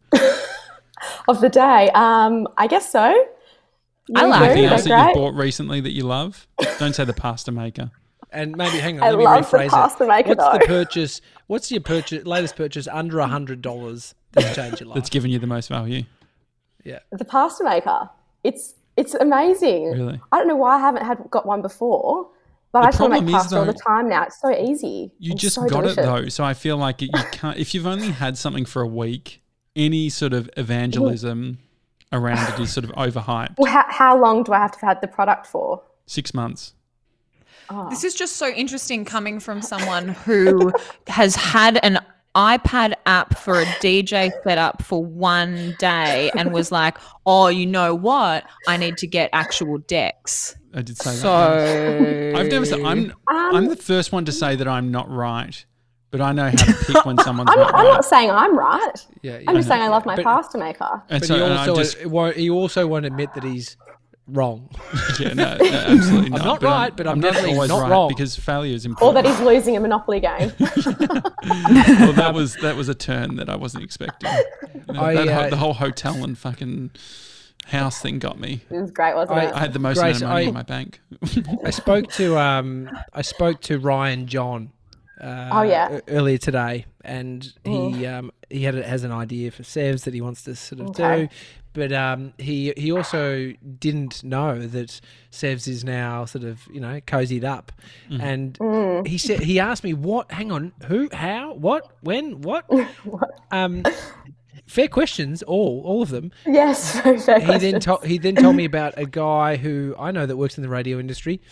D: Of the day, um, I guess so.
C: I like
D: Yui Boom,
A: Anything
D: they're
A: else that
D: great.
A: you've bought recently that you love? Don't say the pasta maker.
B: And maybe hang on,
D: I
B: let me
D: love the
B: rephrase
D: pasta
B: it.
D: maker,
B: What's the
D: though.
B: purchase? What's your purchase? Latest purchase under a hundred dollars that's changed your life.
A: That's given you the most value.
D: The pasta maker, it's it's amazing.
A: Really?
D: I don't know why I haven't had got one before, but
A: The
D: I just want to
A: problem
D: make
A: is,
D: pasta all the
A: though,
D: time now. It's so easy.
A: You
D: and
A: just
D: so
A: got it
D: delicious.
A: though, so I feel like it, you can't. If you've only had something for a week, any sort of evangelism around it is sort of overhyped.
D: Well, how, how long do I have to have had the product for? Oh.
A: Six months.
C: This is just so interesting coming from someone who has had an iPad app for a DJ setup for one day and was like, oh, you know what? I need to get actual decks.
A: I did say that.
C: So
A: I've never said I'm.
D: Um,
A: I'm the first one to say that I'm not right, but I know how to pick when someone's
D: I'm
A: not
D: not, I'm
A: right.
D: not saying I'm right.
B: yeah, yeah.
D: I'm just saying I love my
B: But-
D: pasta maker.
A: And
B: But
A: so
B: he
A: and I
B: also
A: just
B: won't. He also won't admit that he's wrong.
A: yeah, no, no, absolutely not.
B: not right, but I'm definitely
A: always
B: not wrong.
A: because failure is
D: Or
A: important.
D: that he's losing a Monopoly game.
A: well, that was that was a turn that I wasn't expecting. You know,
B: I,
A: that ho-
B: uh,
A: the whole hotel and fucking house thing got me.
D: It was great, wasn't
B: uh,
D: it?
A: I had the most
B: Grace,
A: amount of money
B: I-
A: in my bank.
B: I spoke to um, I spoke to Ryan John. Uh,
D: Oh, yeah. Mm-hmm.
B: e- earlier today, and he um, he had a, has an idea for Sevs that he wants to sort of
D: Okay.
B: do, but um, he he also didn't know that Sevs is now sort of you know cozied up, and
D: Mm.
B: he said he asked me what? Hang on, who? How? What? When? What? Um, fair questions, all all of them
D: yes, very fair
B: he
D: question.
B: then told he then told me about a guy who I know that works in the radio industry.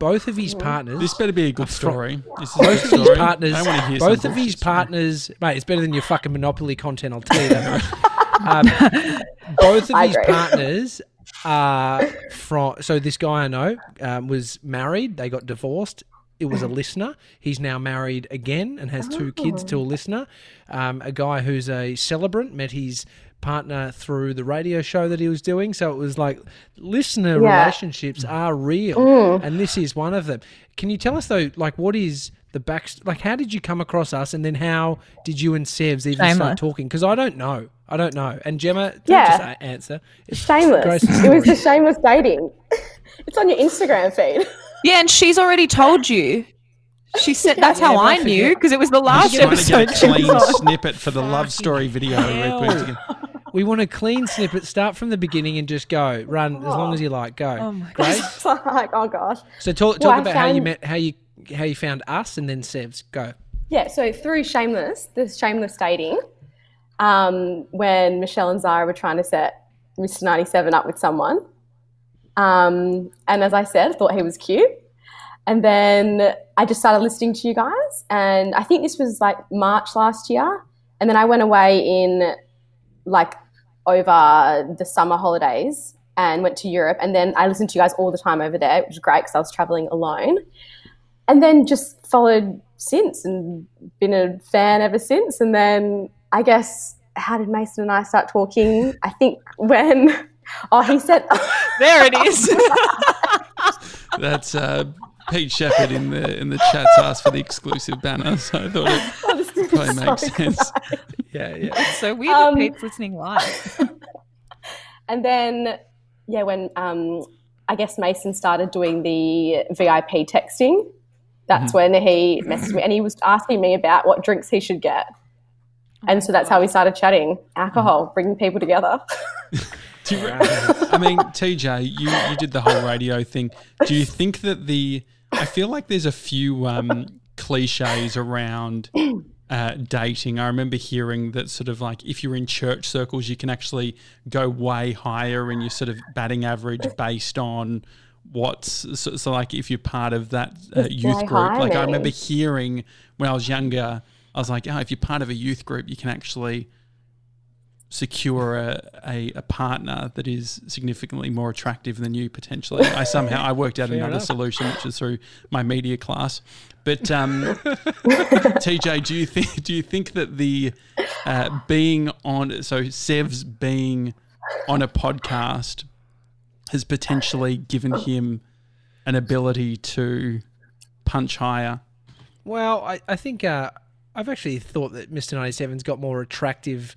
B: Both of his
D: Mm-hmm.
B: partners,
A: This better be a good
B: fro-
A: story. This is a
B: both
A: good
B: of his
A: story.
B: partners,
A: I want to hear
B: both
A: some
B: of his
A: bullshit story.
B: partners, mate, it's better than your fucking Monopoly content. I'll tell you that. much. um, both of
D: I
B: his
D: agree.
B: partners are from. So this guy I know um, was married. They got divorced. It was a listener. He's now married again and has two kids
D: Oh.
B: to a listener. Um, a guy who's a celebrant met his partner through the radio show that he was doing. So it was like listener
D: Yeah.
B: relationships are real,
D: Mm.
B: and this is one of them. Can you tell us though, like, what is the back? Like, how did you come across us, and then how did you and Sevs even
C: Shameless.
B: start talking? Because I don't know, I don't know. And Gemma, don't
D: Yeah.
B: just a- answer. It's
D: shameless.
B: Grace's
D: It was the shameless dating. it's on your Instagram feed.
C: Yeah, and she's already told you. She said that's
B: Yeah,
C: how
B: but I
C: I knew
B: forget.
C: because it was the last
A: Trying to
C: episode.
A: get a clean snippet for the love story video. we're putting together.
B: We want a clean snippet. Start from the beginning and just go run as long as you like. Go. Oh my Grace.
D: It's like, oh gosh.
B: So talk, talk
D: Well, I
B: about how you
D: found-
B: met, how you how you found us, and then Sevs. Go.
D: Yeah, so through Shameless, the Shameless dating, um, when Michelle and Zara were trying to set Mr. 97 up with someone. Um, and as I said, I thought he was cute. And then I just started listening to you guys. And I think this was like March last year. And then I went away in like over the summer holidays and went to Europe. And then I listened to you guys all the time over there, which was great because I was traveling alone and then just followed since and been a fan ever since. And then I guess how did Mason and I start talking? I think when oh he said
C: There it is.
A: That's uh, Pete Shepherd in the in the chat's asked for the exclusive banner, so I thought it
D: Oh, this is
A: probably
D: so
A: makes sense.
B: Yeah, yeah.
C: It's so weird
D: Um,
C: that Pete's listening live.
D: And then, yeah, when um, I guess Mason started doing the VIP texting, that's when he messaged me and he was asking me about what drinks he should get. and so that's how we started chatting alcohol, bringing people together.
A: Do you, re- I mean, TJ, you, you did the whole radio thing. Do you think that the I feel like there's a few um, cliches around uh, dating. I remember hearing that sort of like if you're in church circles, you can actually go way higher in your sort of batting average based on what's so, so like if you're part of that uh, youth
D: way
A: group. Like I
D: higher.
A: remember hearing when I was younger, I was like, oh, if you're part of a youth group, you can actually secure a, a, a partner that is significantly more attractive than you potentially. I somehow I worked out another
B: enough.
A: solution, which is through my media class. But um, TJ, do you think do you think that the uh, being on so Sev's being on a podcast has potentially given him an ability to punch higher?
B: Well, I, I think uh, I've actually thought that Mr. 97's got more attractive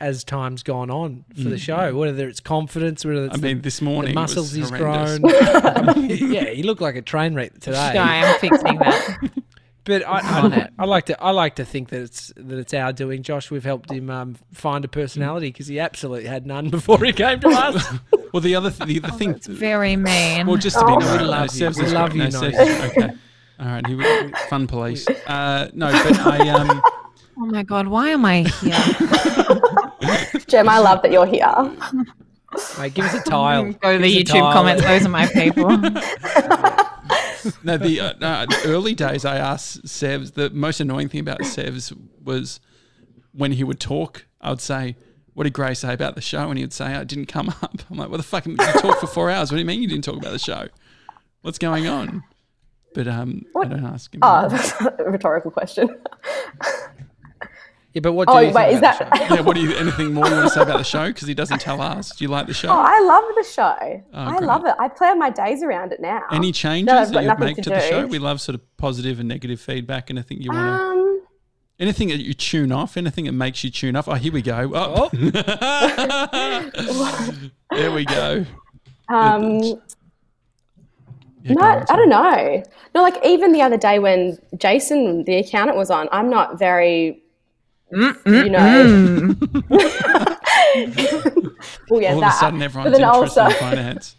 B: as time's gone on for the show, whether it's confidence, whether it's
A: Mm. I mean, this
B: the,
A: morning
B: the muscles
A: was
B: he's
A: horrendous.
B: grown. yeah, he looked like a train wreck today.
C: no, I am fixing that.
B: But I,
C: On
B: I,
C: it.
B: I like to I like to think that it's that it's our doing. Josh, we've helped him um, find a personality because he absolutely had none before he came to us.
A: Well, the other th- the other thing
C: Very mean.
A: Well, just to be
D: Oh.
A: nice,
D: We
A: no,
B: love you.
A: Sev's
B: We
A: is
B: love
A: great.
B: you,
A: No,
B: Nigel.
A: Sev's is- okay. All right, here we go. Fun police. Uh, no, but I um,
C: oh my god, why am I here?
D: Jem, I love that you're here.
B: Mate, give us a tile.
C: Go to the
B: Give us a
C: YouTube
B: tile.
C: comments. Those are my people.
A: no the uh, no, the early days I asked Sev's. The most annoying thing about Sev's was when he would talk. I would say, "What did Gray say about the show?" And he would say, "Oh, "It didn't come up." I'm like, "What the fuck? You talked for four hours. What do you mean you didn't talk about the show? What's going on?" But um, I don't ask him.
D: Oh, that's a rhetorical question.
B: Yeah, but what do you
D: Oh,
B: think
D: wait, is
B: about the
D: that.
B: show?
A: yeah, what do you? Anything more you want to say about the show? Because he doesn't tell us. Do you like the show?
D: Oh, I love the show. I
A: Oh, great.
D: love it. I plan my days around it now.
A: Any changes
D: I've
A: that
D: got
A: you'd
D: nothing
A: make to,
D: to
A: the
D: do.
A: show? We love sort of positive and negative feedback. Anything you
B: Ah.
A: want to,
D: Um,
A: anything that you tune off, anything that makes you tune off. Oh, here we go. Oh,
B: Oh.
A: there we go.
D: um,
A: Yeah,
D: No,
A: go on,
D: I
A: sorry.
D: don't know. No, like even the other day when Jason, the accountant, was on, I'm not very, you
A: Mm.
D: know. well, oh, yeah,
A: All of
D: that.
A: a sudden,
D: but
A: everyone's
D: then
A: interested
D: also,
A: in finance.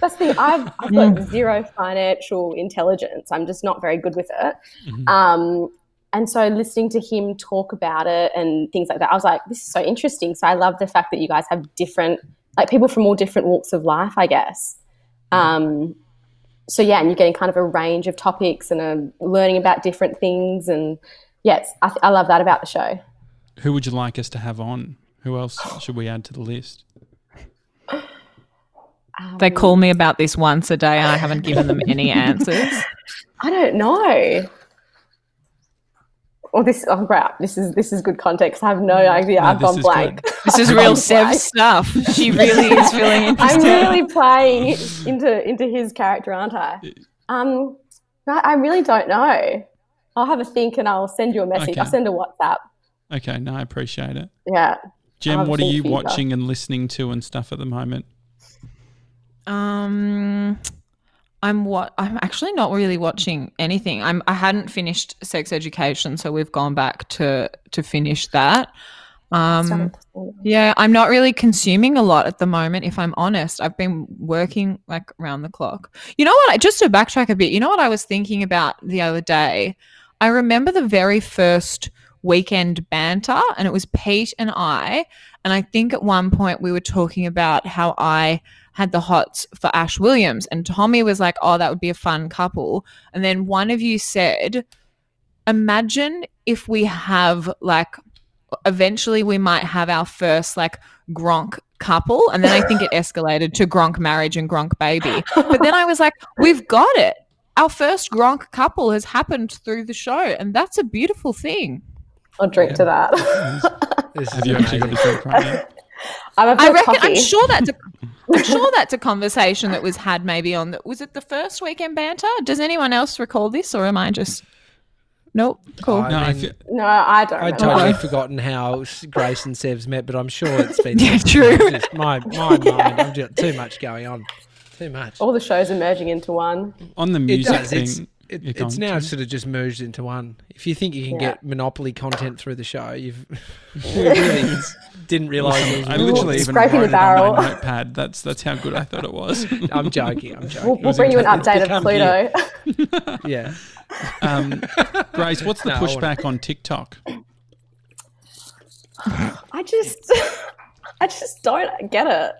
D: that's the thing. I've, I've got
C: Mm.
D: zero financial intelligence. I'm just not very good with it.
C: Mm-hmm.
D: Um, and so listening to him talk about it and things like that, I was like, this is so interesting. So I love the fact that you guys have different, like people from all different walks of life, I guess.
C: Mm.
D: Um, so yeah, and you're getting kind of a range of topics and uh, learning about different things. And yes, I, th- I love that about the show.
A: Who would you like us to have on? Who else should we add to the list?
D: Um,
C: They call me about this once a day, and I haven't given them any answers.
D: I don't know. Well, this oh crap! This is this is good context. I have no idea. I've
A: this
D: gone
A: is
D: blank.
C: This is real Sev stuff. She really is feeling
D: I'm
C: interested.
D: really playing into into his character, aren't I? Um, no, I really don't know. I'll have a think and I'll send you a message.
A: Okay.
D: I'll send a WhatsApp.
A: Okay, no, I appreciate it.
D: Yeah.
A: Jem,
D: have a
A: what are
D: think
A: you
D: for you, Josh.
A: watching and listening to and stuff at the moment?
C: Um, I'm what I'm actually not really watching anything. I'm I hadn't finished Sex Education, so we've gone back to to finish that. Um, yeah, I'm not really consuming a lot at the moment. If I'm honest, I've been working like round the clock. You know what? I Just to backtrack a bit, you know what I was thinking about the other day. I remember the very first weekend banter, and it was Pete and I. And I think at one point we were talking about how I had the hots for Ash Williams. And Tommy was like, oh, that would be a fun couple. And then one of you said, imagine if we have like, eventually we might have our first like Gronk couple. And then I think it escalated to Gronk marriage and Gronk baby. But then I was like, we've got it. Our first Gronk couple has happened through the show. And that's a beautiful thing.
D: I'll drink to that.
B: This is
A: Have you actually got
B: amazing.
A: the drink right now?
D: I'm a
C: I reckon,
D: coffee.
C: I'm sure that's a, I'm sure that's a conversation that was had maybe on the, was it the first weekend banter? Does anyone else recall this or am I just Nope. Cool.
B: I
A: No, I
B: mean,
A: feel-
D: No, I don't.
B: I'd
D: remember.
B: totally forgotten how s- Grace and Sev's met, but I'm sure it's been
C: Yeah, true.
B: Just my my mind. I've got too much going on. Too much.
D: All the shows are merging into one.
A: on the
B: It
A: music
B: does.
A: thing.
B: It's, it,
A: you're
B: it's
A: going
B: now
A: to-
B: sort of just merged into one. If you think you can
D: Yeah.
B: get Monopoly content through the show, you've you really didn't realise. it was
A: I
B: Monopoly.
A: literally even
D: Scraping
A: wrote
D: the
A: it on
D: barrel.
A: my notepad. That's that's how good I thought it was.
B: I'm joking. I'm joking.
D: We'll, we'll bring you an
B: intense.
D: update
B: It's
D: of
B: become
D: Pluto.
B: Yeah.
A: Um, Grace, what's the
B: No, I wouldn't.
A: pushback on TikTok?
D: I just, I just don't get it.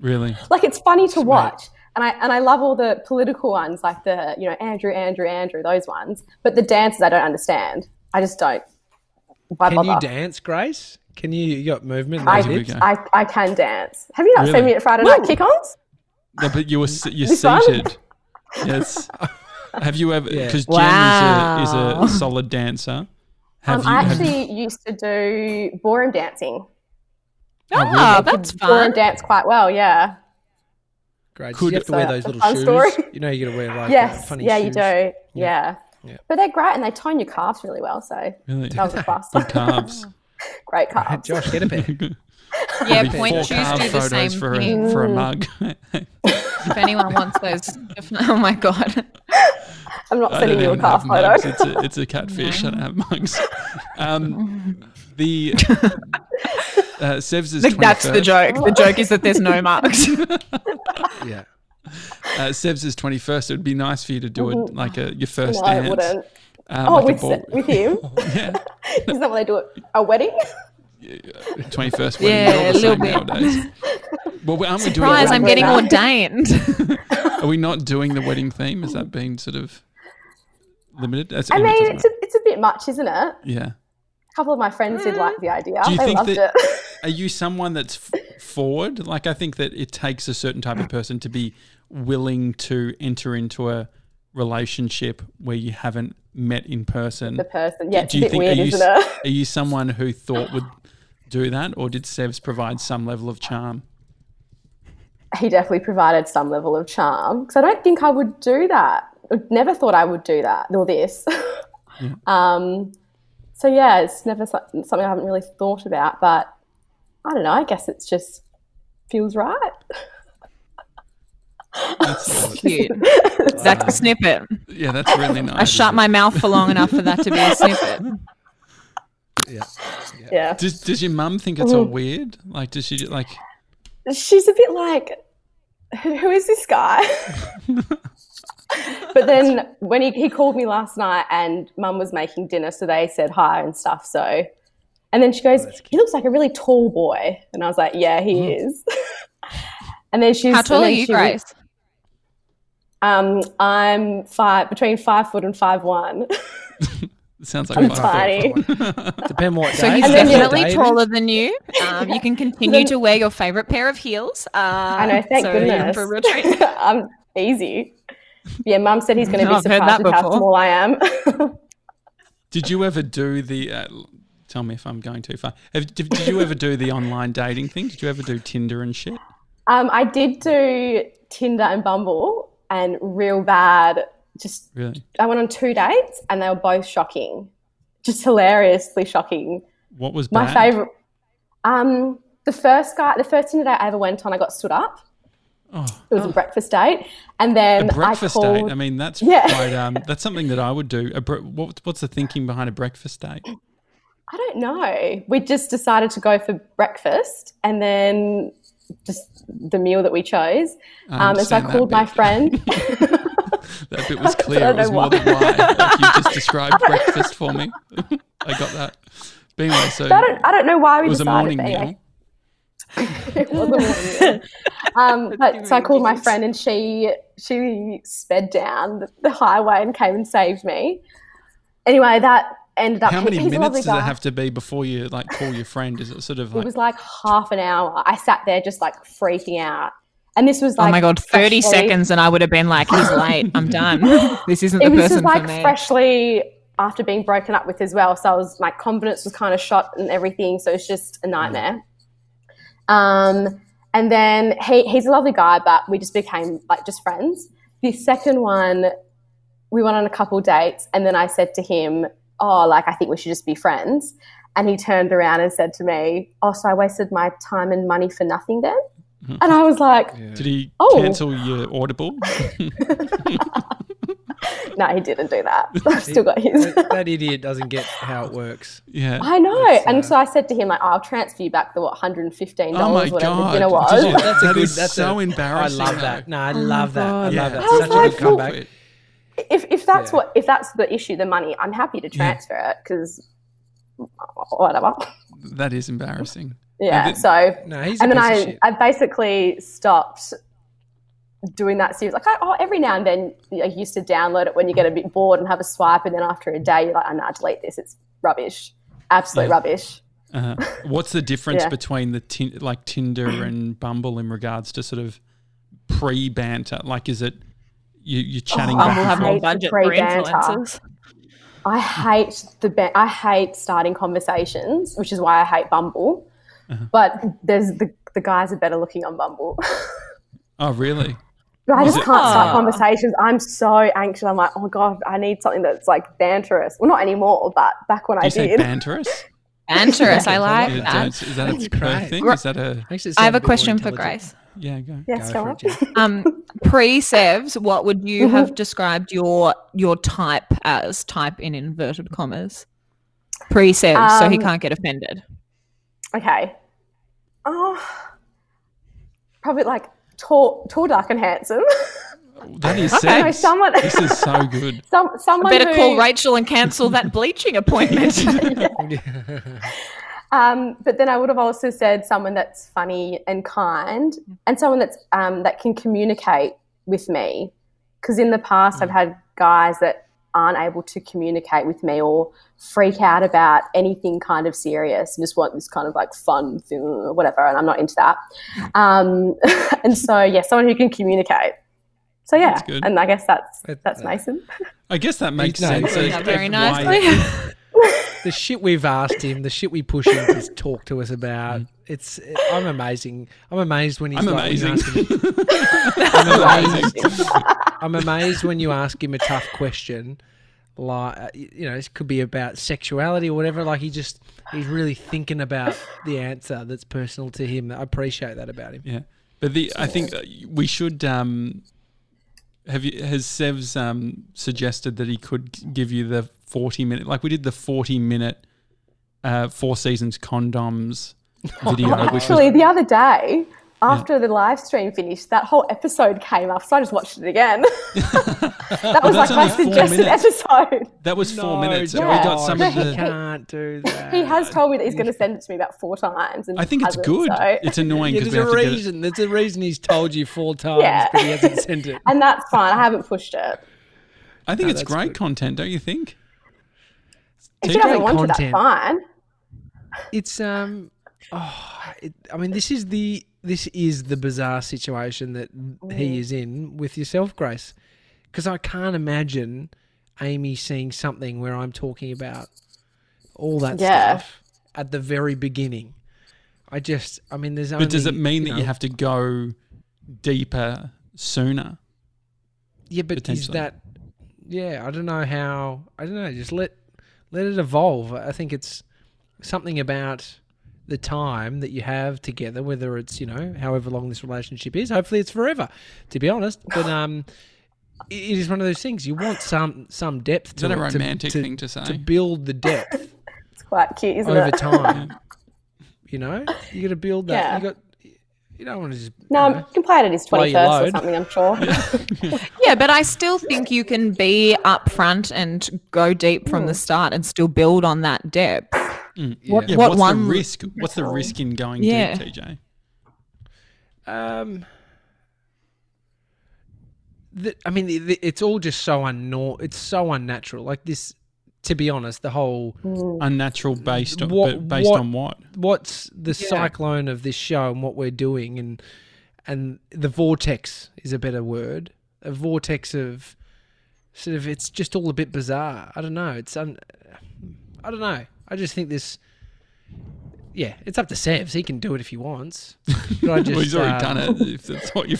A: Really?
D: Like it's funny to watch, and I and I love all the political ones, like the you know Andrew, Andrew, Andrew, those ones. But the dances, I don't understand. I just don't. Why
B: Can you
D: bother?
B: dance, Grace? Can you? You got movement. in
D: I,
B: those hips?
A: go.
D: I, I can dance. Have you not
A: Really?
D: seen me at Friday Night Kick-Ons?
A: No, but you were s- you're
D: This one?
A: seated. Yes. Have you ever?
B: Yeah.
A: Because Jen
C: Wow.
A: is a, is a solid dancer. Have
D: Um, I
A: have
D: actually used to do ballroom dancing.
C: Ah, that's
D: Ballroom
C: fun.
D: dance quite well, yeah.
B: Great.
A: Could-
B: you have to wear
D: So,
B: those
D: a
B: little
D: fun
B: shoes.
D: story.
B: You know, you got to wear like uh,
D: yes,
B: funny
D: yeah,
B: shoes.
D: you do. Yeah.
B: Yeah.
D: But they're great and they tone your calves really well, so
A: Really?
D: that was a plus.
A: Good calves.
D: great calves.
B: Josh, get a pair.
C: Yeah,
A: Maybe
C: point
A: four
C: shoes
A: calf
C: do the same
A: photos for
C: thing.
A: a, for
D: Mm.
A: a mug.
C: If anyone wants those, definitely. Oh my god.
D: I'm not
A: I don't
D: sending you a
A: even have
D: calf
A: mugs.
D: photo.
A: It's a, it's a catfish. I don't have mugs. Um, the uh, Sev's is
C: That's the
A: 21st.
C: joke. The joke is that there's no marks.
B: Yeah.
A: uh, Sev's is 21st. It would be nice for you to do it like a, your first
D: Mm-hmm. No,
A: dance.
D: it wouldn't.
A: Um,
D: Oh,
A: like a
D: with,
A: ball-
D: with him?
A: yeah,
D: Isn't that what they do at a wedding?
A: 21st wedding.
C: Yeah,
A: Yeah,
C: a
A: the
C: little
A: same
C: bit.
A: nowadays. Well, aren't we doing?
C: Surprise! I'm
A: wedding-
C: getting ordained.
A: Are we not doing the wedding theme? Has that been sort of limited? That's,
D: I
A: anyway, it
D: mean,
A: doesn't
D: it's a, it's a bit much, isn't it? A
A: matter.
D: couple of my friends did like the idea.
A: Mm. Do you
D: They
A: think
D: loved
A: that-
D: it.
A: yeah. Are you someone that's f- forward? Like, I think that it takes a certain type of person to be willing to enter into a relationship where you haven't met in person.
D: the person. Yeah, it's
A: do
D: a
A: you
D: bit
A: think
D: weird,
A: are you
D: isn't it?
A: are you someone who thought would do that, or did Sevs provide some level of charm?
D: he definitely provided some level of charm because I don't think I would do that. I never thought I would do that or this. um, so yeah, it's never so- something I haven't really thought about, but I don't know. I guess it's just feels right.
C: Cute. That's a snippet.
A: Yeah, that's really nice.
C: I shut my mouth for long enough for that to be a snippet.
B: Yeah.
D: Yeah,
A: Does, does your mum think it's all
D: Mm-hmm.
A: weird? Like, does she ju- like?
D: she's a bit like, who, who is this guy? but then when he, he called me last night and mum was making dinner, so they said hi and stuff. So, and then she
C: Oh,
D: goes, he looks like a really tall boy. And I was like, yeah, he
C: Mm-hmm.
D: is. and then she's
C: How tall are
D: and then
C: you,
D: she-
C: Grace?
D: Um, I'm five between five foot and five one.
A: It sounds like
D: I'm
A: five.
D: tiny.
B: Depend what
C: So
B: day.
C: he's
D: And then you're-
C: definitely
B: David.
C: taller than you. Um, you can continue to wear your favorite pair of heels. Uh, I
D: know, thank
C: so You're in
D: goodness.
C: for a real treat.
D: I'm easy. Yeah, Mum said he's going to
C: I've
D: be
C: heard that
D: surprised with how
C: before.
D: small I am.
A: Did you ever do the? Uh, l- tell me if I'm going too far. Have, did, did you ever do the online dating thing? Did you ever do Tinder and shit?
D: um, I did do Tinder and Bumble, and real bad. Just
A: Really?
D: I went on two dates, and they were both shocking, just hilariously shocking.
A: What was
D: My
A: bad?
D: favorite. Um, the first guy, the first Tinder date I ever went on, I got stood up.
A: Oh.
D: It was a breakfast date, and
A: A
D: then
A: breakfast
D: I called.
A: date. I mean, that's
D: Yeah.
A: quite. Um, that's something that I would do. A bre- what, what's the thinking behind a breakfast date?
D: Um, I don't know. We just decided to go for breakfast and then just the meal that we chose. Um, and so I
A: understand that
D: called my
A: bit.
D: friend.
A: That bit was clear.
D: don't
A: It was
D: know
A: more
D: why.
A: than why. Like you just described breakfast for me. I got that. But anyway, so
D: I don't, I don't know why we
A: it was a
D: decided.
A: morning
D: but anyway.
A: meal.
D: It was a morning meal. Um, but so I called my friend and she she sped down the, the highway and came and saved me. Anyway, that ended up.
A: How
D: he-
A: many
D: he's a
A: minutes
D: lovely
A: does
D: guy.
A: it have to be before you like call your friend? Is it sort of
D: It
A: like
D: was like half an hour. I sat there just like freaking out. And this was like
C: oh my god, thirty
D: freshly-
C: seconds, and I would have been like, "He's late. I'm done. This isn't the
D: it was just
C: person
D: like
C: for me."
D: freshly after being broken up with as well. So I was my confidence was kind of shot and everything. So it's just a nightmare. Um, And then he, he's a lovely guy, but we just became like just friends. The second one, we went on a couple dates, and then I said to him, Oh, like, I think we should just be friends. And he turned around and said to me, Oh, so I wasted my time and money for nothing then?
C: Mm-hmm.
D: And I was like,
A: Did he
D: Oh.
A: cancel your Audible?
D: No, he didn't do that. I've still got his.
B: that, that idiot doesn't get how it works.
A: yeah.
D: I know.
B: That's, uh,
D: and so I said to him, like, I'll transfer you back the what, $115,
A: Oh my
D: whatever
A: god!
D: the dinner was.
A: Did you-
B: That's a
A: that
B: good-
A: is
B: that's
A: so
B: a- I
A: embarrassing.
B: love that. No, I love that. I
A: Yeah.
B: love that.
D: I was
B: Such a
D: like,
B: good comeback.
D: if if that's
B: Yeah.
D: what if that's the issue, the money, I'm happy to transfer it 'cause it because whatever.
A: That is embarrassing.
D: Yeah.
A: And the-
D: so
B: No, he's a
D: and then
B: piece of
D: I
B: shit.
D: I basically stopped doing that series. Like I, oh, every now and then I used to download it when you get a bit bored and have a swipe, and then after a day you're like, oh, nah, delete this. It's rubbish, absolute
A: Yeah.
D: rubbish.
A: Uh, what's the difference
D: Yeah.
A: between the tin- like Tinder and Bumble in regards to sort of pre banter? Like, is it you, you're chatting
D: Oh,
A: back and
C: Bumble Um, have
A: forth?
D: I
C: more
D: hate the
C: budget for
D: pre-banter.
C: influencers.
D: I hate the ba- I hate starting conversations, which is why I hate Bumble. But there's the the guys are better looking on Bumble.
A: Oh, really?
D: But I
A: Was
D: just
A: it-
D: can't start
C: Ah.
D: conversations. I'm so anxious. I'm like, oh god, I need something that's like banterous. Well, not anymore, but back when
A: Do
D: I
A: you say
D: did,
A: banterous?
C: Banterous, I like
A: Is
C: that.
A: that, is that a per
B: great.
A: thing?
C: Gr-
A: Is that a
B: Makes it
C: I
B: sound
C: have a
B: bit more
C: question for
B: intelligent.
C: Grace.
A: yeah? Go.
D: yes,
B: Go
D: go
B: for
D: on.
B: it, Jen.
C: Um, pre Sevs, what would you
D: Mhm.
C: have described your your type as? Type in inverted commas. Pre Sevs, so he
D: Um,
C: can't get offended.
D: Okay. Oh, probably like tall, tall, dark, and handsome.
A: That is
C: Okay.
D: no,
A: sex.
D: someone,
A: This is so good.
D: some, someone
C: Better
D: who,
C: call Rachel and cancel that bleaching appointment.
D: Um, but then I would have also said someone that's funny and kind, and someone that's um, that can communicate with me. Because in the past, I've had guys that aren't able to communicate with me or freak out about anything kind of serious and just want this kind of like fun thing or whatever, and I'm not into that. Um, and so, yeah, someone who can communicate. So yeah,
A: That's good.
D: and I guess that's
B: That-
D: that's
B: that-
D: Mason.
A: I guess that makes
B: no,
A: sense.
B: you
A: as-
B: did
C: Not
A: as
C: very
A: why-
C: nicely.
B: the shit we've asked him, the shit we push him to talk to us about. It's I'm amazing. I'm amazed when he's
A: I'm
B: like, when you
A: amazing.
B: ask him- I'm amazed. I'm amazed when you ask him a tough question, like uh, y- you know, this could be about sexuality or whatever. Like he just he's really thinking about the answer that's personal to him. I appreciate that about him.
A: Yeah, but the I think uh, we should. Um, have you has Sev's um, suggested that he could g- give you the forty minute like we did the forty minute uh, Four Seasons condoms video, which was
D: Actually, the other day. After the live stream finished, that whole episode came up, so I just watched it again. that was
A: that's
D: like my
A: only four
D: suggested
A: minutes.
D: episode.
A: that was four minutes, and
D: yeah.
A: we got some of
D: But
A: the.
D: he-
B: can't do that.
D: He has told me that he's going to send it to me about four times. And
A: I think it's
D: hasn't,
A: good.
D: so-
A: It's annoying
B: Yeah,
A: because
B: there's a
A: we have to get it.
B: reason. There's a reason he's told you four times,
D: Yeah.
B: but he hasn't sent it.
D: and that's fine. I haven't pushed it.
A: I think it's
B: that's
A: great
B: good.
A: content, don't you think?
D: If
A: Team
D: she doesn't
B: great
D: want to, that's
B: content.
D: fine.
B: It's um, oh, it, I mean, this is the this is the bizarre situation that he is in with yourself, Grace, because I can't imagine Amy seeing something where I'm talking about all that
D: Yeah.
B: stuff at the very beginning. I just, I mean, there's only.
A: But does it mean that
B: know-
A: you have to go deeper sooner?
B: Yeah, but is
A: potentially?
B: that? Yeah, I don't know how. I don't know. Just let let it evolve. I think it's something about the time that you have together, whether it's you know however long this relationship is. Hopefully, it's forever. To be honest, but um, it it is one of those things. You want some some depth
A: Is
B: to
A: that a
B: it, to-
A: romantic
B: to,
A: thing to say?
B: to build the depth
D: It's quite cute, isn't
B: over
D: it?
B: time. you know, you got to build that.
D: Yeah.
B: You got. You don't want to just.
D: No,
B: you know,
D: I'm- you can play it at his
B: While you
D: 21st or
B: load.
D: something, I'm sure.
C: yeah, but I still think you can be upfront and go deep
D: Hmm.
C: from the start and still build on that depth.
A: Yeah,
C: What
A: what's
C: one-
A: the risk? What's the risk in going
C: Yeah.
A: deep, TJ?
B: Um, the, I mean, the, the, it's all just so unnor- It's so unnatural. Like this, to be honest, the whole
A: Unnatural based on but
B: What-
A: based
B: what-
A: on what?
B: what's the cyclone of this show and what we're doing, and and the vortex is a better word. A vortex of sort of it's just all a bit bizarre. I don't know. It's un, I don't know. I just think this. yeah, it's up to Sevs. He can do it if he wants. But I
A: well, he's already
B: uh,
A: done it. If that's what you're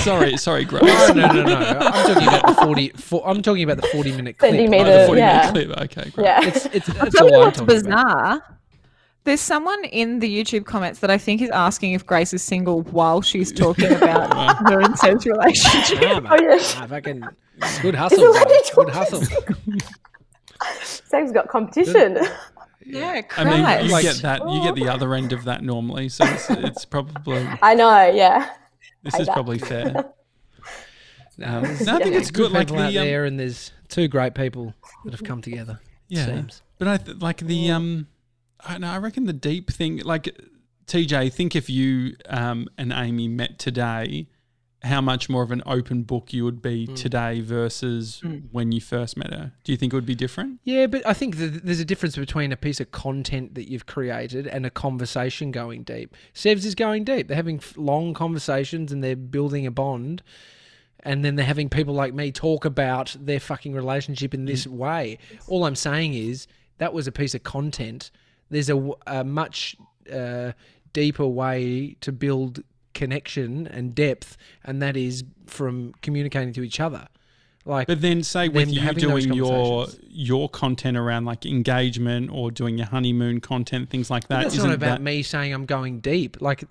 A: sorry, sorry, Grace.
B: No, no, no, no. I'm talking about the 40 for, I'm talking about the 40 minute clip.
D: 30
A: Oh,
D: minute,
A: the 40 minute
D: yeah.
A: clip. Okay, great.
D: Yeah.
B: It's it's, it's
C: Tell me
B: all I'm
C: what's
B: talking about.
C: bizarre. There's someone in the YouTube comments that I think is asking if Grace is single while she's talking about her and Seb's relationship.
B: Ah, mate.
D: Oh, yes.
B: Ah, fucking good hustle.
D: allowed
B: bro.
D: to
B: Good
D: talk to
B: hustle.
D: Sam's got competition.
C: Yeah,
A: I mean,
C: Christ.
A: you
B: Like-
A: get that. You get the other end of that normally, so it's, it's probably
D: I know, yeah.
A: this is probably fair.
B: No,
A: Um,
B: there's
A: no, I think it's good.
B: good
A: Like
B: people out
A: the um,
B: there, and there's two great people that have come together. it
A: Yeah.
B: seems.
A: But I th- like the um, I no, I reckon the deep thing. Like TJ, think if you um and Amy met today, how much more of an open book you would
B: Hmm.
A: be today versus when you first met her. Do you think it would be different?
B: Yeah, but I think th- there's a difference between a piece of content that you've created and a conversation going deep. Sevs is going deep. They're having f- long conversations and they're building a bond. And then they're having people like me talk about their fucking relationship in this way. All I'm saying is that was a piece of content. There's a, w- a much uh, deeper way to build connection and depth, and that is from communicating to each other. Like,
A: But then, say with
B: Then
A: you
B: having those
A: doing your
B: conversations.
A: your content around like engagement or doing your honeymoon content, things like that.
B: That's
A: isn't
B: not about
A: that,
B: me saying I'm going deep. Like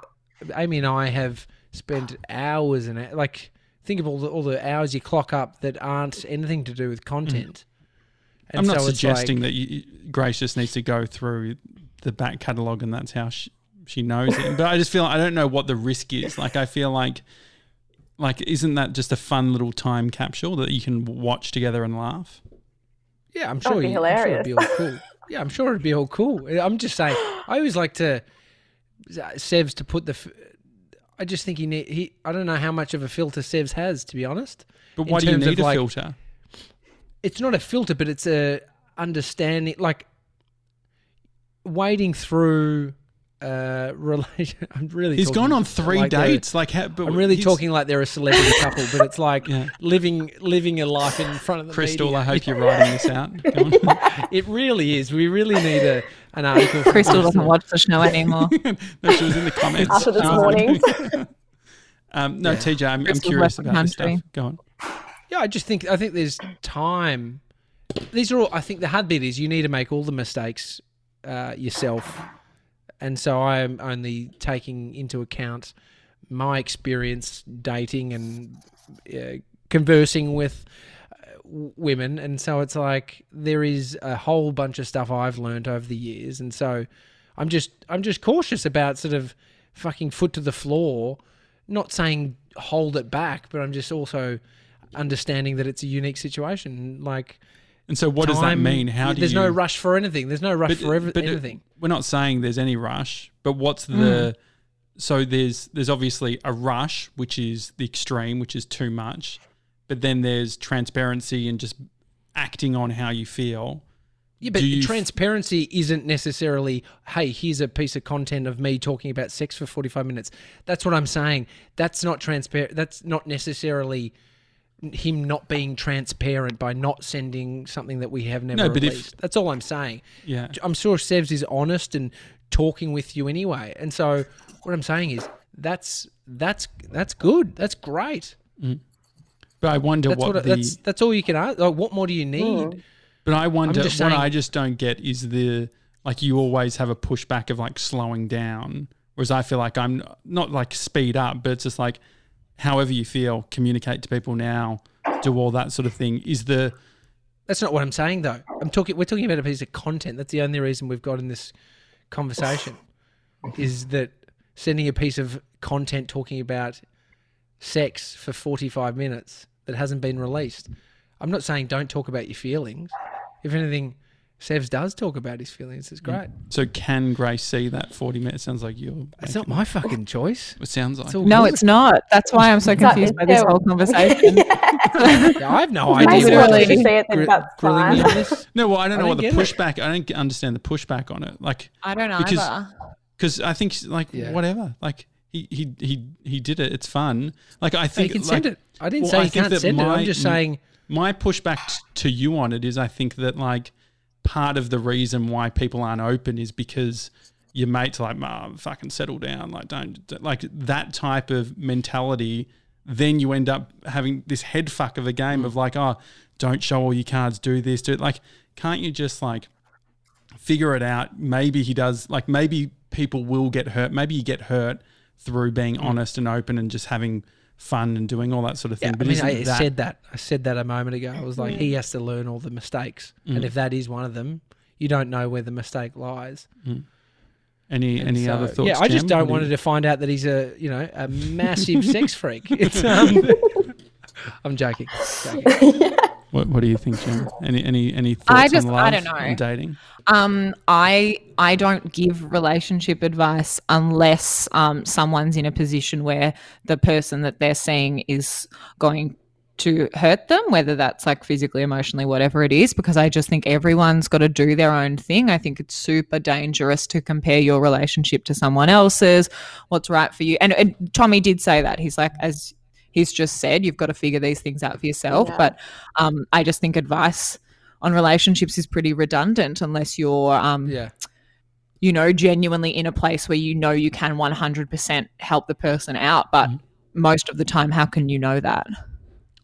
B: Amy and I have spent hours and hou- like think of all the all the hours you clock up that aren't anything to do with content.
A: Mm.
B: And
A: I'm not
B: so it's
A: suggesting that
B: like-
A: you, Grace just needs to go through the back catalogue and that's how she, she knows it. But I just feel I don't know what the risk is. Like I feel like like isn't that just a fun little time capsule that you can watch together and laugh?
B: yeah, I'm sure,
D: be
B: you, I'm sure it'd
D: hilarious.
B: be all cool. yeah, I'm sure it'd be all cool. I'm just saying. I always like to Sevs to put the. f- I just think he need he. I don't know how much of a filter Sevs has, to be honest.
A: But
B: In
A: why do you
B: terms
A: need
B: of,
A: a
B: like,
A: filter?
B: it's not a filter, but it's a understanding, like wading through uh relation. I'm really
A: He's
B: talking
A: gone on three
B: like they're-
A: dates. Like how, but
B: I'm really
A: he's-
B: talking like they're a celebrity couple, but it's like
A: Yeah.
B: living living a life in front of the
A: Crystal. I
B: media.
A: hope you're writing this out. Go on.
B: It really is. We really need a an article. from
C: Crystal doesn't watch the show anymore.
A: no, she was in the comments
D: After this
A: She was in-
D: morning.
A: Um, no, TJ, I'm, I'm
C: Crystal
A: curious
C: left the
A: about this
C: country.
A: stuff. Go on.
B: Yeah, I just think I think there's time. These are all. I think the hard bit is you need to make all the mistakes uh, yourself, and so I am only taking into account my experience dating and uh, conversing with uh, w- women, and so it's like there is a whole bunch of stuff I've learned over the years, and so I'm just I'm just cautious about sort of fucking foot to the floor, not saying hold it back, but I'm just also understanding that it's a unique situation. Like,
A: And so, what does that
B: time-
A: mean? How do
B: there's
A: you? uh,
B: no rush for anything. There's no rush for every,
A: it-
B: anything.
A: We're not saying there's any rush, but what's
B: Mm.
A: the so there's there's obviously a rush, which is the extreme, which is too much, but then there's transparency and just acting on how you feel.
B: Yeah, but
A: do you f-
B: transparency isn't necessarily, hey, here's a piece of content of me talking about sex for 45 minutes. That's what I'm saying. That's not transparent. That's not necessarily him not being transparent by not sending something that we have never
A: No, but if-
B: released. That's all I'm saying.
A: Yeah,
B: I'm sure Sevs is honest and talking with you anyway. And so what I'm saying is that's that's that's good. That's great.
A: but I wonder
B: That's
A: what,
B: what, I-
A: the
B: that's that's all you can ask. Like, what more do you need?
A: but I wonder
B: just
A: what
B: saying-
A: I just don't get is the like you always have a pushback of like slowing down, whereas I feel like I'm not like speed up, but it's just like however you feel, communicate to people now, do all that sort of thing. Is the
B: That's not what I'm saying though. I'm talking we're talking about a piece of content. That's the only reason we've got in this conversation is that sending a piece of content talking about sex for 45 minutes that hasn't been released. I'm not saying don't talk about your feelings. If anything, Sevs does talk about his feelings. It's
A: Mm.
B: great.
A: So can Grace see that forty minutes? Sounds like you're.
B: It's not my fucking choice.
A: It sounds like.
B: It's all
C: No,
B: good.
C: it's not. That's why I'm so confused by this whole conversation.
B: Yeah, I have no
D: Might
B: idea.
D: as well
B: what
D: if you
B: she's
D: say it, then
B: gri-
D: that's
B: grilling me
D: fine.
B: on this.
A: no, well, I don't know
B: I
A: what the
B: don't get
A: pushback. I don't g- understand the pushback on it. Like,
C: I don't
A: Because-
C: either.
A: because I think like
B: Yeah.
A: whatever. Like he he he he did it. It's fun. Like I
B: You
A: think
B: can send
A: like,
B: it. I didn't
A: well,
B: say
A: I
B: you
A: think
B: can't
A: that
B: send it.
A: my-
B: I'm just saying
A: my pushback t- to you on it is I think that like part of the reason why people aren't open is because your mates are like, "Ma, fucking settle down." Like, don't, don't like that type of mentality. Then you end up having this head fuck of a game of like, "Oh, don't show all your cards. Do this. Do it." Like, can't you just like figure it out? Maybe he does. Like, maybe people will get hurt. Maybe you get hurt through being
B: Mm.
A: honest and open and just having fun and doing all that sort of thing.
B: Yeah,
A: but
B: I mean,
A: isn't
B: I
A: that-
B: said that. I said that a moment ago. I was like, he has to learn all the mistakes,
A: Mm.
B: and if that is one of them, you don't know where the mistake lies.
A: any any
B: So,
A: other thoughts?
B: Yeah, I just
A: Jem?
B: don't
A: What do
B: want
A: you-
B: her to find out that he's a you know a massive sex freak. It's, um, I'm joking. joking.
A: What, what do you think, Jim? Any any any thoughts
C: I just-
A: on
C: I
A: love
C: don't know.
A: and dating?
C: Um, I I don't give relationship advice unless um, someone's in a position where the person that they're seeing is going to hurt them, whether that's like physically, emotionally, whatever it is. Because I just think everyone's got to do their own thing. I think it's super dangerous to compare your relationship to someone else's. What's right for you? And, and Tommy did say that he's like as he's just said, you've got to figure these things out for yourself.
D: Yeah.
C: But um, I just think advice on relationships is pretty redundant unless you're um
B: Yeah,
C: you know genuinely in a place where you know you can 100% help the person out but most of the time how can you know that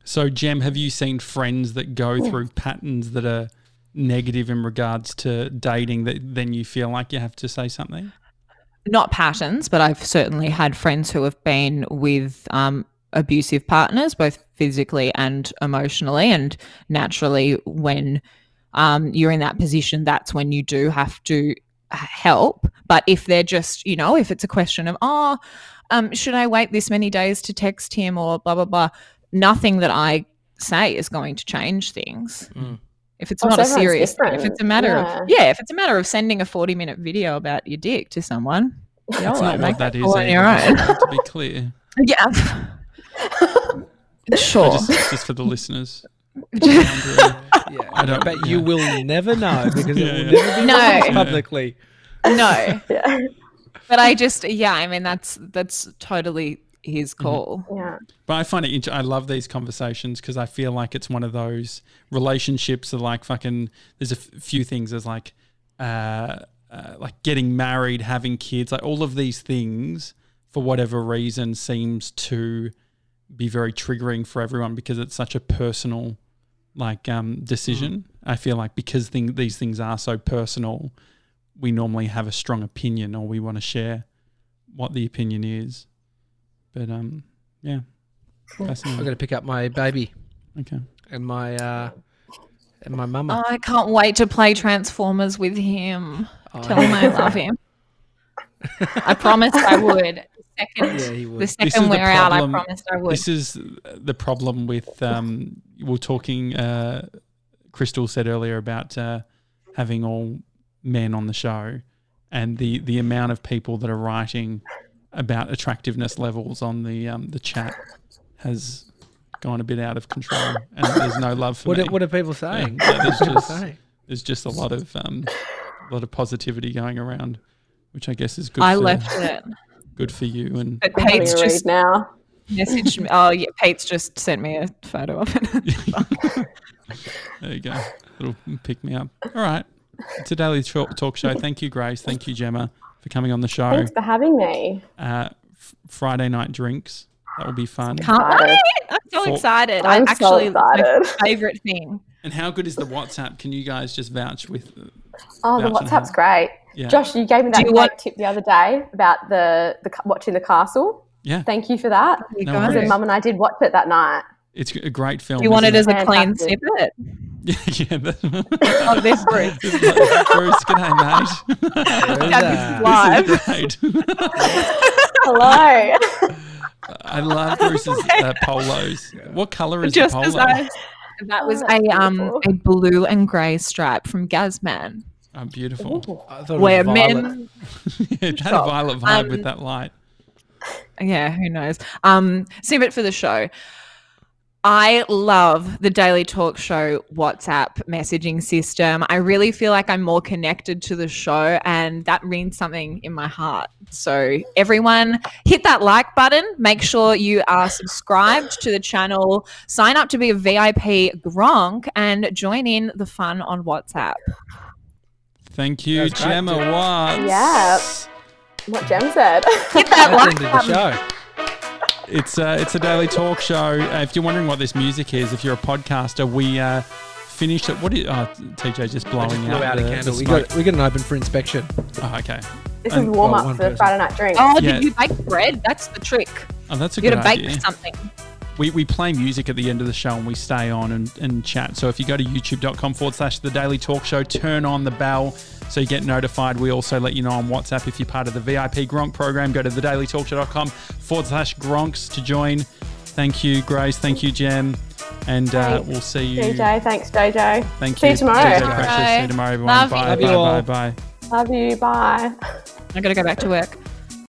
A: So, Jem, have you seen friends that go through patterns that are negative in regards to dating that then you feel like you have to say
C: Oh,
A: something?
C: not patterns but i've certainly had friends who have been with um abusive partners both physically and emotionally and naturally when um, you're in that position, that's when you do have to h- help. But if they're just, you know, if it's a question of, oh, um, should I wait this many days to text him or blah, blah, blah, nothing that I say is going to change things.
B: Mm.
C: If it's
D: Oh,
C: not
D: so
C: a
D: everyone's
C: serious thing, if
D: different.
C: it's a matter of, yeah, if it's a matter of sending a 40 minute video about your dick to someone,
A: That's not what that is.
C: call on
A: either,
C: your own.
A: just to be clear,
C: yeah.
A: I
C: sure.
A: just, just for the listeners.
B: yeah.
A: I don't-
B: but you
A: yeah.
B: will never know because
A: Yeah,
B: it will
A: yeah.
B: never be
C: No.
B: released
A: Yeah.
B: publicly.
C: no.
D: Yeah.
C: But I just, yeah, I mean, that's, that's totally his
A: Mm-hmm.
C: call.
D: Yeah.
A: But I find it. Inter- I love these conversations because I feel like it's one of those relationships that, like, fucking. There's a f- few things. There's like, uh, uh, like getting married, having kids, like all of these things. For whatever reason, seems to be very triggering for everyone because it's such a personal, like, um, decision. I feel like because thing- these things are so personal, we normally have a strong opinion or we want to share what the opinion is. But um, yeah.
B: I'm
A: Fascinating.
B: going to pick up my baby
A: Okay.
B: and my uh, and my mama.
C: Oh, I can't wait to play Transformers with him. Oh, Tell him
A: Oh.
C: I love him. I promised I would. The second,
B: Yeah, he would.
C: the
B: This
A: is
C: second
A: the
C: we're out, I
A: problem.
C: promised I would.
A: This is the problem with um, we are talking. Uh, Crystal said earlier about uh, having all men on the show, and the the amount of people that are writing about attractiveness levels on the um, the chat has gone a bit out of control, and there's no love for
B: What
A: me.
B: are, what are people
A: Yeah,
B: saying?
A: yeah, there's just
B: Saying.
A: there's just a lot of um, a lot of positivity going around, which I guess is good.
C: I
A: for,
C: left it.
A: Good for you and
C: But
D: I'm having
C: Pate's
D: a read
C: just
D: now.
C: messaged me. Oh, yeah, Pate's just sent me a photo of it.
A: There you go. It'll pick me up. All right. It's a daily talk, talk show. Thank you, Grace. Thank you, Gemma, for coming on the show.
D: Thanks for having me.
A: Uh, f- Friday night drinks. That will be fun.
C: Can't
D: Excited.
C: wait. I'm so
A: For-
C: excited.
D: I'm
C: I
D: so
C: actually, it's my
D: excited.
C: favorite thing.
A: And how good is the WhatsApp? Can you guys just vouch with?
D: Oh,
A: Vouch
D: the
A: and
D: WhatsApp's
A: help.
D: great.
A: Yeah.
D: Josh, you gave me that
C: you
D: great
C: want-
D: tip the other day about the, the ca- watching the castle.
A: Yeah.
D: Thank you for that.
C: You
A: No
C: guys.
A: worries.
D: Mum and I did watch it that night.
A: It's a great film.
C: You want it
A: isn't
C: as a clean
D: Fantastic.
C: snippet
A: it? yeah.
C: of
A: That-
C: this group.
A: Bruce, g'day, mate.
B: Who's that?
C: Live.
A: This is great.
D: Hello.
A: I love Bruce's uh, polos. What color is
C: Just
A: the
C: as
A: polo?
C: I, that was
D: Oh,
C: a
D: that's
C: um
D: beautiful.
C: a blue and grey stripe from Gazman.
A: Oh, beautiful.
B: I thought it was
C: where
B: violet.
C: men
A: it had a violet vibe with
C: Um,
A: that light.
C: yeah who knows um snippet for the show i love the daily talk show whatsapp messaging system i really feel like i'm more connected to the show and that means something in my heart so everyone hit that like button make sure you are subscribed to the channel sign up to be a vip gronk and join in the fun on whatsapp
A: Thank you,
B: That's great.
A: Gemma Watts.
D: Yeah. What Jem said.
C: Get that
B: That's
C: one.
B: the end of the show.
A: It's a, it's a daily talk show. Uh, if you're wondering what this music is, if you're a podcaster, we uh, finished it. What is, oh, TJ just blowing
B: Just blew out
A: the,
B: a
A: the
B: candle. We
A: smoke.
B: got, we got an open for inspection.
A: Oh, okay.
D: this is
A: And-
D: warm
B: well,
D: up
B: one
D: for the
B: person.
D: Friday night drink.
C: Oh,
A: Yeah.
C: did you bake bread? That's the trick.
A: Oh, that's a
C: You
A: good
C: got to
A: idea.
C: bake something.
A: we, we play music at the end of the show and we stay on and, and chat. So if you go to youtube.com forward slash the daily talk show, turn on the bell so you get notified. We also let you know on WhatsApp if you're part of the VIP Gronk program. Go to the dailytalkshow.com forward slash Gronks to join. Thank you, Grace. Thank you, Jem. And uh,
D: Thanks,
A: we'll see you.
D: DJ, thanks, JJ.
A: Thank
D: See
A: you.
D: you tomorrow.
A: JJ Precious. See you
C: Bye.
A: tomorrow, everyone.
C: Love you.
A: bye,
B: Love you
A: bye,
B: all.
A: bye, bye.
D: Love you. Bye.
C: I got to go back to work.